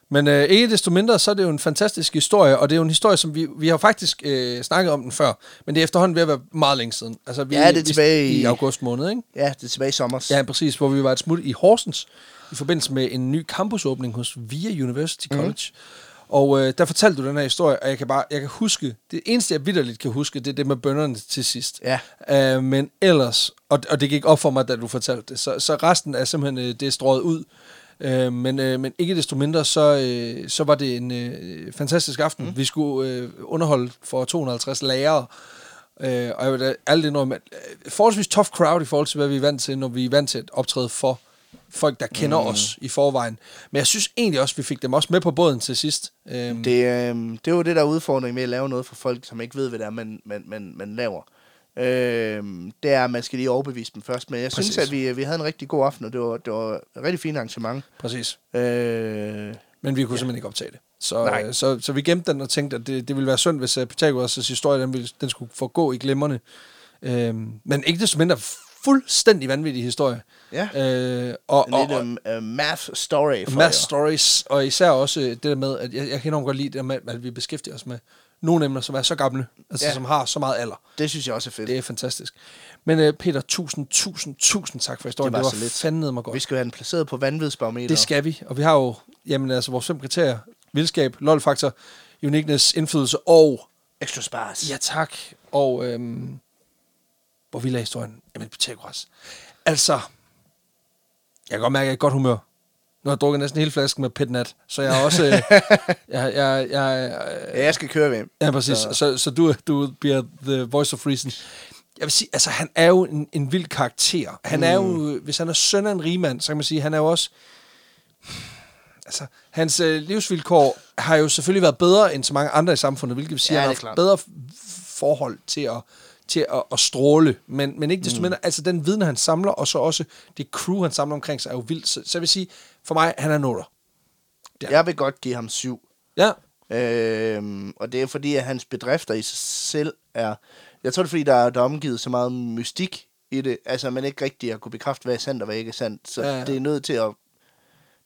S1: Men øh, ikke desto mindre, så er det jo en fantastisk historie, og det er jo en historie, som vi, vi har faktisk øh, snakket om den før, men det er efterhånden ved at være meget længe siden. Altså, vi,
S2: Ja, det er
S1: vi-
S2: tilbage i-
S1: i august måned, ikke?
S2: Ja, det er tilbage i sommer.
S1: Ja, præcis, hvor vi var et smut i Horsens i forbindelse med en ny campusåbning hos VIA University College. Mm. Og øh, der fortalte du den her historie, og jeg kan bare jeg kan huske, det eneste jeg vidderligt kan huske, det er det med bønderne til sidst.
S2: Ja.
S1: Øh, men ellers, og, og det gik op for mig, da du fortalte det, så, så resten er simpelthen øh, det er strøget ud. Øh, men, øh, men ikke desto mindre, så, øh, så var det en øh, fantastisk aften. Mm. Vi skulle øh, underholde for 250 lærere, Øh, og jeg vil da alt indrømme, at øh, forholdsvis tough crowd i forhold til, hvad vi er vant til, når vi er vant til at optræde for folk, der kender mm. os i forvejen. Men jeg synes egentlig også, vi fik dem også med på båden til sidst. Øhm, det.
S2: Det, øh, det er jo det, der er udfordringen med at lave noget for folk, som ikke ved, hvad det er, man, man, man, man laver. Øh, det er, at man skal lige overbevise dem først. Men jeg Præcis.
S1: Præcis.
S2: synes, at vi, vi havde en rigtig god aften, og det var, det var et rigtig fint arrangement.
S1: Præcis.
S2: Øh,
S1: Men vi kunne ja. simpelthen ikke optage det. Så,
S2: Nej.
S1: øh, så, så vi gemte den og tænkte, at det, det ville være synd, hvis uh, Pythagoras' historie den, ville, den skulle forgå i glemmerne. Øhm, men ikke desto mindre fuldstændig vanvittig historie.
S2: ja,
S1: Øh, og,
S2: en
S1: og, og,
S2: lidt øh, math story for
S1: mass
S2: jer. stories.
S1: og især også øh, det der med, at jeg, jeg kan enormt godt lide det der med, at vi beskæftiger os med nogle emner, som er så gamle, altså
S2: Ja.
S1: ja. som har så meget alder.
S2: Det synes jeg også er fedt.
S1: Det er fantastisk. Men øh, Peter, tusind, tusind, tusind tak for historien.
S2: Det
S1: Det
S2: var
S1: var,
S2: så
S1: det var
S2: lidt.
S1: fandme mig
S2: Vi
S1: godt.
S2: skal have den placeret på vanvidsbarometer.
S1: Det skal vi, og vi har jo jamen, altså, vores fem kriterier. Vildskab, lol-faktor, uniqueness, indflydelse og...
S2: Extra spars.
S1: Ja tak, og... Øhm, hvor vild er historien? Jamen, Pythagoras. Altså, jeg kan godt mærke, at jeg er i godt humør. Nu har jeg drukket næsten hele flasken med Petnat, så jeg er også... Øh, jeg, jeg, jeg,
S2: Ja, jeg skal køre ved.
S1: Ja, præcis.
S2: Så-
S1: Så, så, så du, du bliver the voice of reason. Jeg vil sige, altså han er jo en, en vild karakter. Han mm. er jo, hvis han er søn af en rigmand, så kan man sige, han er jo også... Altså, hans øh, livsvilkår har jo selvfølgelig været bedre end så mange andre i samfundet, hvilket vil sige,
S2: Ja,
S1: at han
S2: det
S1: har
S2: er
S1: haft
S2: klart.
S1: bedre f- forhold til at, til at, at stråle. Men, men ikke desto mm. mindre, altså den viden, han samler, og så også det crew, han samler omkring sig, er jo vildt. Så, så jeg vil sige, for mig, han er nuller. Ja.
S2: Jeg vil godt give ham syv.
S1: Ja,
S2: Øhm, og det er fordi, at hans bedrifter i sig selv er... Jeg tror, det er fordi, der er, der er omgivet så meget mystik i det. Altså, man ikke rigtig har kunne bekræfte, hvad er sandt og hvad ikke er sandt. Så
S1: Ja,
S2: ja.
S1: ja.
S2: det er nødt til at,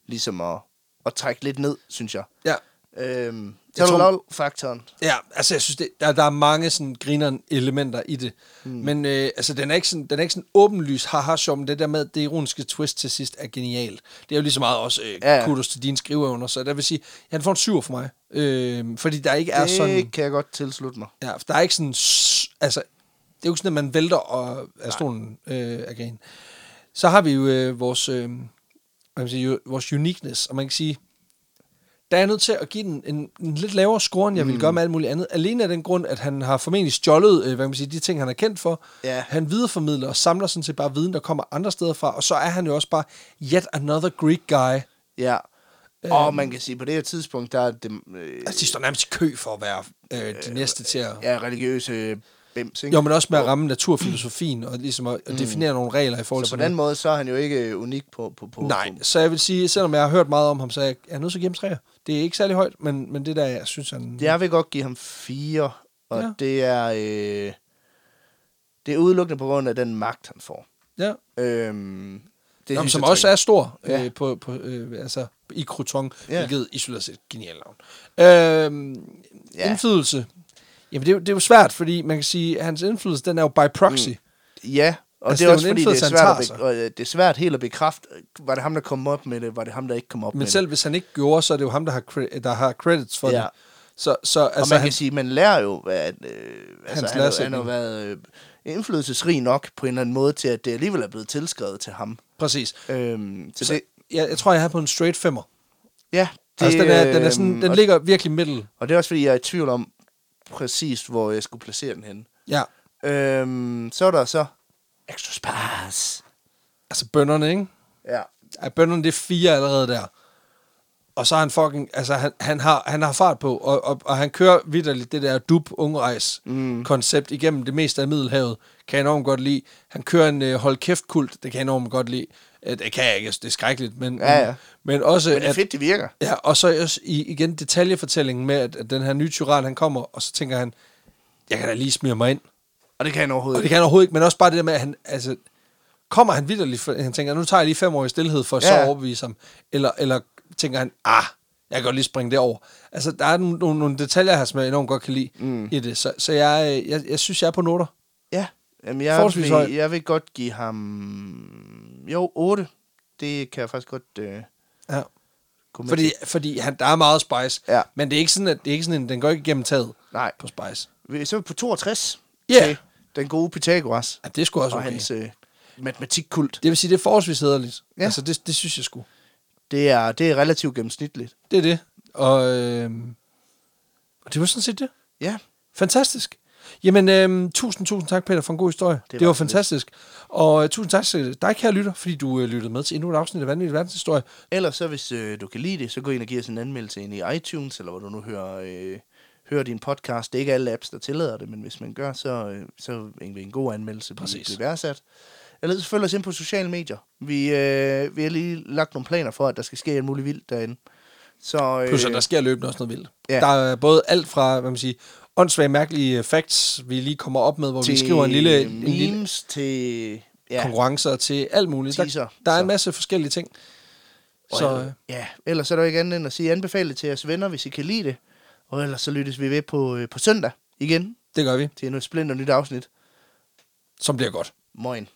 S2: ligesom at, at trække lidt ned, synes jeg.
S1: ja.
S2: Øhm, så
S1: Jeg
S2: er
S1: tror-
S2: der faktoren
S1: Ja, altså jeg synes, det, der, der er mange sådan grineren elementer i det. Mm. Men øh, altså, den er ikke sådan, den er ikke sådan åbenlys haha sjov, men det der med at det ironiske twist til sidst er genialt. Det er jo lige så meget også øh,
S2: Ja, ja.
S1: ja. kudos til dine skriveevner, så der vil sige, ja, han får en syver for mig. Øh, fordi der ikke er
S2: Det
S1: sådan,
S2: kan jeg godt tilslutte mig.
S1: ja, for der er ikke sådan, s- altså, det er jo ikke sådan, at man vælter og er stolen øh, af grin. Så har vi jo øh, vores, øh, hvad kan man sige, jo- vores uniqueness, og man kan sige, der er jeg nødt til at give den en, en lidt lavere score, end jeg mm. ville gøre med alt muligt andet. Alene af den grund, at han har formentlig stjålet øh, hvad kan man sige, de ting, han er kendt for.
S2: Ja.
S1: Han videreformidler og samler sådan set bare viden, der kommer andre steder fra. Og så er han jo også bare yet another Greek guy.
S2: Ja. Og man kan sige, på det her tidspunkt, der er det, øh,
S1: Øhm. Altså, de står nærmest i kø for at være øh, de næste til at...
S2: ja, religiøse bims, ikke? Mm.
S1: Jo, men også med at ramme naturfilosofien og ligesom at, at definere nogle regler i forhold
S2: så
S1: til
S2: på den
S1: det.
S2: måde, så er han jo ikke unik på... på, på
S1: Nej,
S2: På,
S1: så jeg vil sige, selvom jeg har hørt meget om ham, så er jeg, jeg er nødt til at give ham træer. Det er ikke særlig højt, men, men det der, jeg synes, han...
S2: jeg vil godt give ham fire, og ja.
S1: Ja.
S2: det er... Øh, det er udelukkende på grund af den magt, han får.
S1: Ja.
S2: Øhm, det
S1: Det Jamen,
S2: synes
S1: som
S2: jeg
S1: også
S2: trækker.
S1: er stor
S2: Ja.
S1: ja. øh, på, på, øh, altså, i Crouton,
S2: Ja.
S1: ja. hvilket isoleret set er et genialt navn. Øh,
S2: Ja.
S1: ja. Indflydelse. Jamen, det er, jo- det er jo svært, fordi man kan sige, at hans indflydelse, den er jo by proxy. Mm.
S2: Ja, og
S1: Altså,
S2: det
S1: det
S2: er
S1: er
S2: også
S1: jo en
S2: fordi, det er,
S1: indflydelse, han
S2: svært at
S1: tager
S2: be- og, øh, det er svært helt at bekræfte, øh, var det ham, der kom op med det, var det ham, der ikke kom op
S1: Men
S2: med
S1: selv hvis han ikke gjorde, så er det jo ham, der har, cre- der har credits for
S2: Ja.
S1: ja. det. Så, så
S2: det.
S1: altså,
S2: og man
S1: han,
S2: kan sige, man lærer jo, at øh, altså,
S1: Hans
S2: han, har- han har
S1: læresætning.
S2: været øh, indflydelsesrig nok på en eller anden måde til, at det alligevel er blevet tilskrevet til ham.
S1: præcis.
S2: Øhm, så,
S1: Så,
S2: det,
S1: jeg, jeg tror, jeg har på en straight femmer.
S2: ja, det,
S1: Det, altså, den, er, den, er
S2: øhm,
S1: sådan, den
S2: og-
S1: ligger virkelig middel.
S2: Og det er også fordi, jeg er i tvivl om præcis, hvor jeg skulle placere den henne.
S1: Ja.
S2: Øhm, så er der så Extra Spice.
S1: Altså bønderne, ikke?
S2: Ja.
S1: Ja, bønderne, det er fire allerede der. Og så er han fucking, altså han, han, har, han har fart på, og, og, og han kører vidderligt det der dub ungrejs
S2: Mm.
S1: koncept igennem det meste af Middelhavet, kan jeg enormt godt lide. Han kører en øh, hold kæft kult, det kan jeg enormt godt lide. Øh, det kan jeg ikke, altså, det er skrækkeligt, men,
S2: Ja, ja.
S1: men også...
S2: Men det er
S1: at-
S2: fedt, det virker.
S1: Ja, og så også i, igen detaljefortællingen med, at, at den her nye tyran, han kommer, og så tænker han, jeg kan da lige smire mig ind.
S2: Og det kan han overhovedet
S1: Og det kan han overhovedet ikke, men også bare det der med, at han, altså, kommer han vidderligt, for han tænker, nu tager jeg lige fem år i stillhed for at ja.
S2: Ja.
S1: så overbevise ham, eller, eller tænker han, ah, jeg kan godt lige springe det over. Altså, der er nogle, nogle, nogle detaljer her, som jeg enormt godt kan lide mm. i det, så, så jeg, øh, jeg, jeg synes, jeg er på noter.
S2: Ja. Jamen, jeg,
S1: Forholdsvis høj.
S2: vil, jeg vil godt give ham... Jo, 8. Det kan jeg faktisk godt øh,
S1: Ja.
S2: gå med
S1: Fordi,
S2: til.
S1: fordi han, der er meget spice,
S2: Ja.
S1: men det er ikke sådan, at det er ikke sådan, en, den går ikke igennem taget
S2: Nej.
S1: på spice.
S2: Vi- Så er vi på 62
S1: Ja.
S2: til den gode Pythagoras
S1: Ja, det er sgu også
S2: og
S1: okay.
S2: hans øh, matematikkult.
S1: Det vil sige, det er forholdsvis hederligt. Ja.
S2: Ja.
S1: Altså, det, det synes jeg sgu.
S2: Det er, det er relativt gennemsnitligt.
S1: Det er det. Og, øh, og det var sådan set det.
S2: Ja.
S1: Fantastisk. Jamen, øh, tusind, tusind tak, Peter, for en god historie. Det,
S2: var
S1: det var
S2: så lidt.
S1: fantastisk. Og øh, tusind tak til dig, kære lytter, fordi du øh, lyttede med til endnu et afsnit af Vanvittig Verdenshistorie.
S2: Ellers så, hvis øh, du kan lide det, så gå ind og giv os en anmeldelse ind i iTunes, eller hvor du nu hører, øh, hører din podcast. Det er ikke alle apps, der tillader det, men hvis man gør, så, øh, så vil en god anmeldelse blive,
S1: Præcis.
S2: blive værdsat. Ellers så følg os ind på sociale medier. Vi, øh, vi har lige lagt nogle planer for, at der skal ske alt muligt vildt derinde. Så, øh,
S1: Plus, at der sker løbende også noget vildt. Ja.
S2: ja.
S1: Der er både alt fra, hvad man siger, åndssvage mærkelige øh, facts, vi lige kommer op med, hvor vi skriver en lille, en
S2: memes,
S1: lille
S2: til...
S1: ja.
S2: Ja,
S1: konkurrencer til alt muligt.
S2: Teaser.
S1: Der, der er en
S2: Så.
S1: masse forskellige ting.
S2: og
S1: Så,
S2: el-
S1: øh,
S2: ja, ellers er der jo ikke andet end at sige anbefale det til jeres venner, hvis I kan lide det. Og ellers så lyttes vi ved på, øh, på søndag igen
S1: det gør vi,
S2: til endnu et splinter nyt afsnit.
S1: som bliver godt.
S2: Moin.